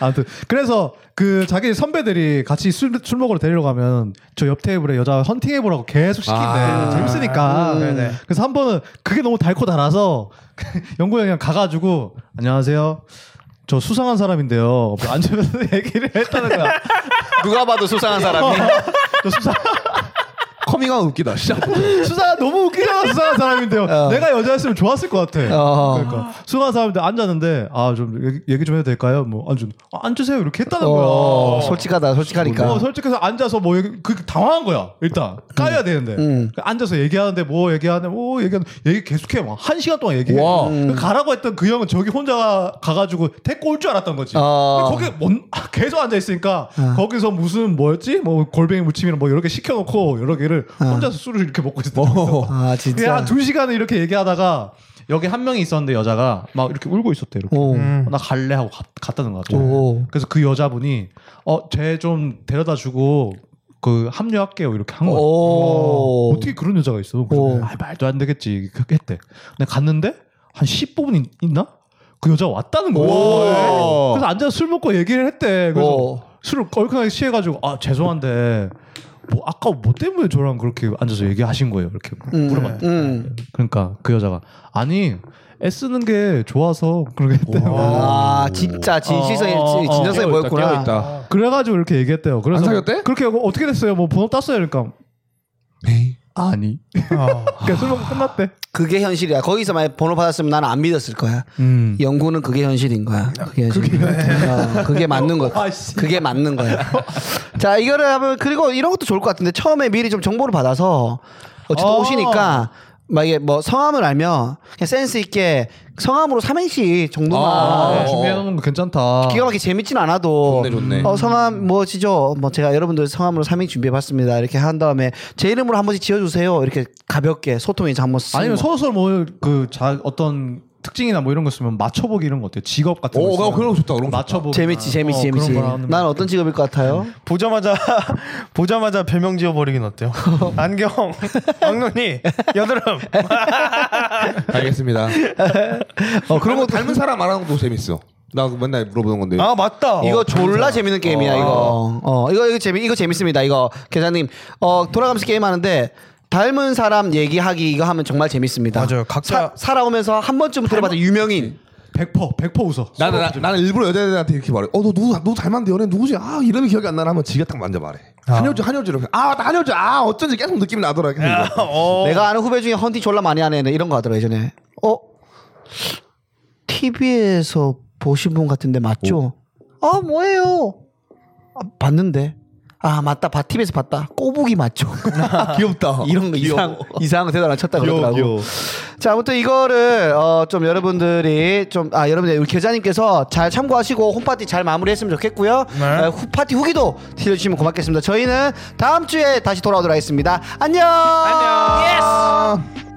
F: 아무튼 그래서 그 자기 선배들이 같이 술, 술 먹으러 데리러 가면 저 옆 테이블에 여자 헌팅해 보라고 계속 시킨대
D: 아.
F: 재밌으니까
B: 네네.
F: 그래서 한 번은 그게 너무 달고 달아서 영구 형이랑 가가지고 안녕하세요 저 수상한 사람인데요 앉으면서 얘기를 했다는 거야
C: 누가 봐도 수상한 사람이
F: 저 수상
D: 커밍아웃 웃기다. 시작.
F: 수상 너무 웃기잖아 수상한 사람인데요 내가 여자였으면 좋았을 것 같아
C: 어.
F: 그러니까 수상한 사람인데 앉았는데 아 좀 얘기, 얘기 좀 해도 될까요 뭐 앉은 아, 앉으세요 이렇게 했다는
C: 어,
F: 거야
C: 솔직하다 솔직하니까
F: 어, 솔직해서 앉아서 뭐 얘기- 그 당황한 거야. 일단 까야
C: 음.
F: 되는데 그 앉아서 얘기하는데 뭐 얘기하는데 뭐 얘기하는 얘기 계속해 막한 시간 동안 얘기해.
D: 와.
C: 음.
F: 그 가라고 했던 그 형은 저기 혼자 가가지고 데리고 올 줄 알았던 거지.
C: 어.
F: 근데 거기 뭔 아, 계속 앉아 있으니까 거기서 무슨 뭐였지 뭐 골뱅이 무침이나 뭐 여러 개 시켜놓고 여러 개를 혼자서 술을 이렇게 먹고 있었어.
C: 아 진짜
F: 한두 시간을 이렇게 얘기하다가 여기 한 명이 있었는데 여자가 막 이렇게 울고 있었대 이렇게.
C: 오.
B: 음.
F: 어, 나 갈래 하고 갔, 갔다는 것 같아요.
C: 오.
F: 그래서 그 여자분이 어쟤 좀 데려다 주고 그 합류할게요 이렇게 한 거야.
C: 오.
F: 어떻게 그런 여자가 있어? 그래서
C: 오.
F: 아, 말도 안 되겠지 그렇게 했대. 근데 갔는데 한 15분 있, 있나? 그 여자 왔다는 거야.
D: 오.
F: 그래서 앉아서 술 먹고 얘기를 했대. 그래서
C: 오.
F: 술을 얼큰하게 취해가지고 아 죄송한데 뭐 아까 뭐 때문에 저랑 그렇게 앉아서 얘기하신 거예요 이렇게 물어봤대.
C: 음.
F: 그러니까 그 여자가 아니 애쓰는 게 좋아서 그렇게 했대요.
C: 아 진짜 진실성이
F: 어, 어, 어.
C: 진정성이
D: 깨어
C: 보였구나
D: 있다.
F: 그래가지고 이렇게 얘기했대요. 뭐 그래서
D: 안 사귀었대?
F: 그렇게 하고 어떻게 됐어요? 뭐 번호 땄어요? 그러니까 아니. 그러니까 술 먹고 끝났대.
C: 그게 현실이야. 거기서 만약 번호 받았으면 나는 안 믿었을 거야.
D: 음.
C: 연구는 그게 현실인 거야. 그게 현실인 거야. 어, 그게 맞는 거야. 그게 맞는 거야. 자, 이거를 하면 그리고 이런 것도 좋을 것 같은데 처음에 미리 좀 정보를 받아서 어쨌든
F: 어.
C: 오시니까 막 이게 뭐 성함을 알면 그냥 센스 있게 성함으로 삼행시 정도만
F: 아, 준비해놓는 거 괜찮다.
C: 기가 막히게 재밌진 않아도
D: 좋네, 좋네.
C: 어, 성함 뭐지죠? 뭐 제가 여러분들 성함으로 3인 준비해봤습니다. 이렇게 한 다음에 제 이름으로 한 번씩 지어주세요. 이렇게 가볍게 소통이 한번 쓰는
F: 아니면
C: 거.
F: 서로서로 뭐그자 어떤 특징이나 뭐 이런 거 있으면 맞춰보기 이런 거 어때요? 직업 같은 거.
D: 오,
F: 있으면.
D: 어, 그런 거 좋다, 그런 거
F: 맞춰보기. 어,
C: 재밌지 재밌지 재밌지. 난 어떤 직업일 것 같아요?
B: 보자마자 보자마자 별명 지어버리긴 어때요? 안경, 왕눈이, 여드름.
D: 알겠습니다.
C: 어 그런 거
D: 닮은 사람 말하는 것도 재밌어. 나 그거 맨날 물어보는 건데.
B: 아 맞다.
C: 이거 졸라 재밌는 게임이야 이거. 어 이거 이거 재미 이거 재밌습니다 이거 계장님 어 돌아가면서 게임 하는데. 닮은 사람 얘기하기 이거 하면 정말 재밌습니다.
B: 맞아요. 각자-
C: 사- 살아오면서 한 번쯤 들어봤던 유명인.
F: 100% 100% 웃어.
D: 나는 나, 나는 일부러 여자애들한테 이렇게 말해. 어너 누구 너 닮았는데 연애 누구지? 아 이름이 기억이 안 나나 하면 지가 딱 먼저 말해.
C: 아.
D: 한효주 한효주 이렇게. 아나 한효주. 아 어쩐지 계속 느낌이 나더라. 계속 이거.
B: 어.
C: 내가 아는 후배 중에 헌팅 졸라 많이 하는 애는 이런 거 하더라 예전에. 어? TV에서 보신 분 같은데 맞죠? 아 뭐예요? 아, 봤는데. 아 맞다. 바 TV에서 봤다. 꼬부기 맞죠? 귀엽다. 아. 이런 거 이상 이상한 대단한 쳤다 그러더라고. 자 아무튼 이거를 어, 좀 여러분들이 좀 아 여러분들 우리 계좌님께서 잘 참고하시고 홈파티 잘 마무리했으면 좋겠고요. 어, 후, 파티 후기도 들려주시면 고맙겠습니다. 저희는 다음 주에 다시 돌아오도록 하겠습니다. 안녕. 안녕.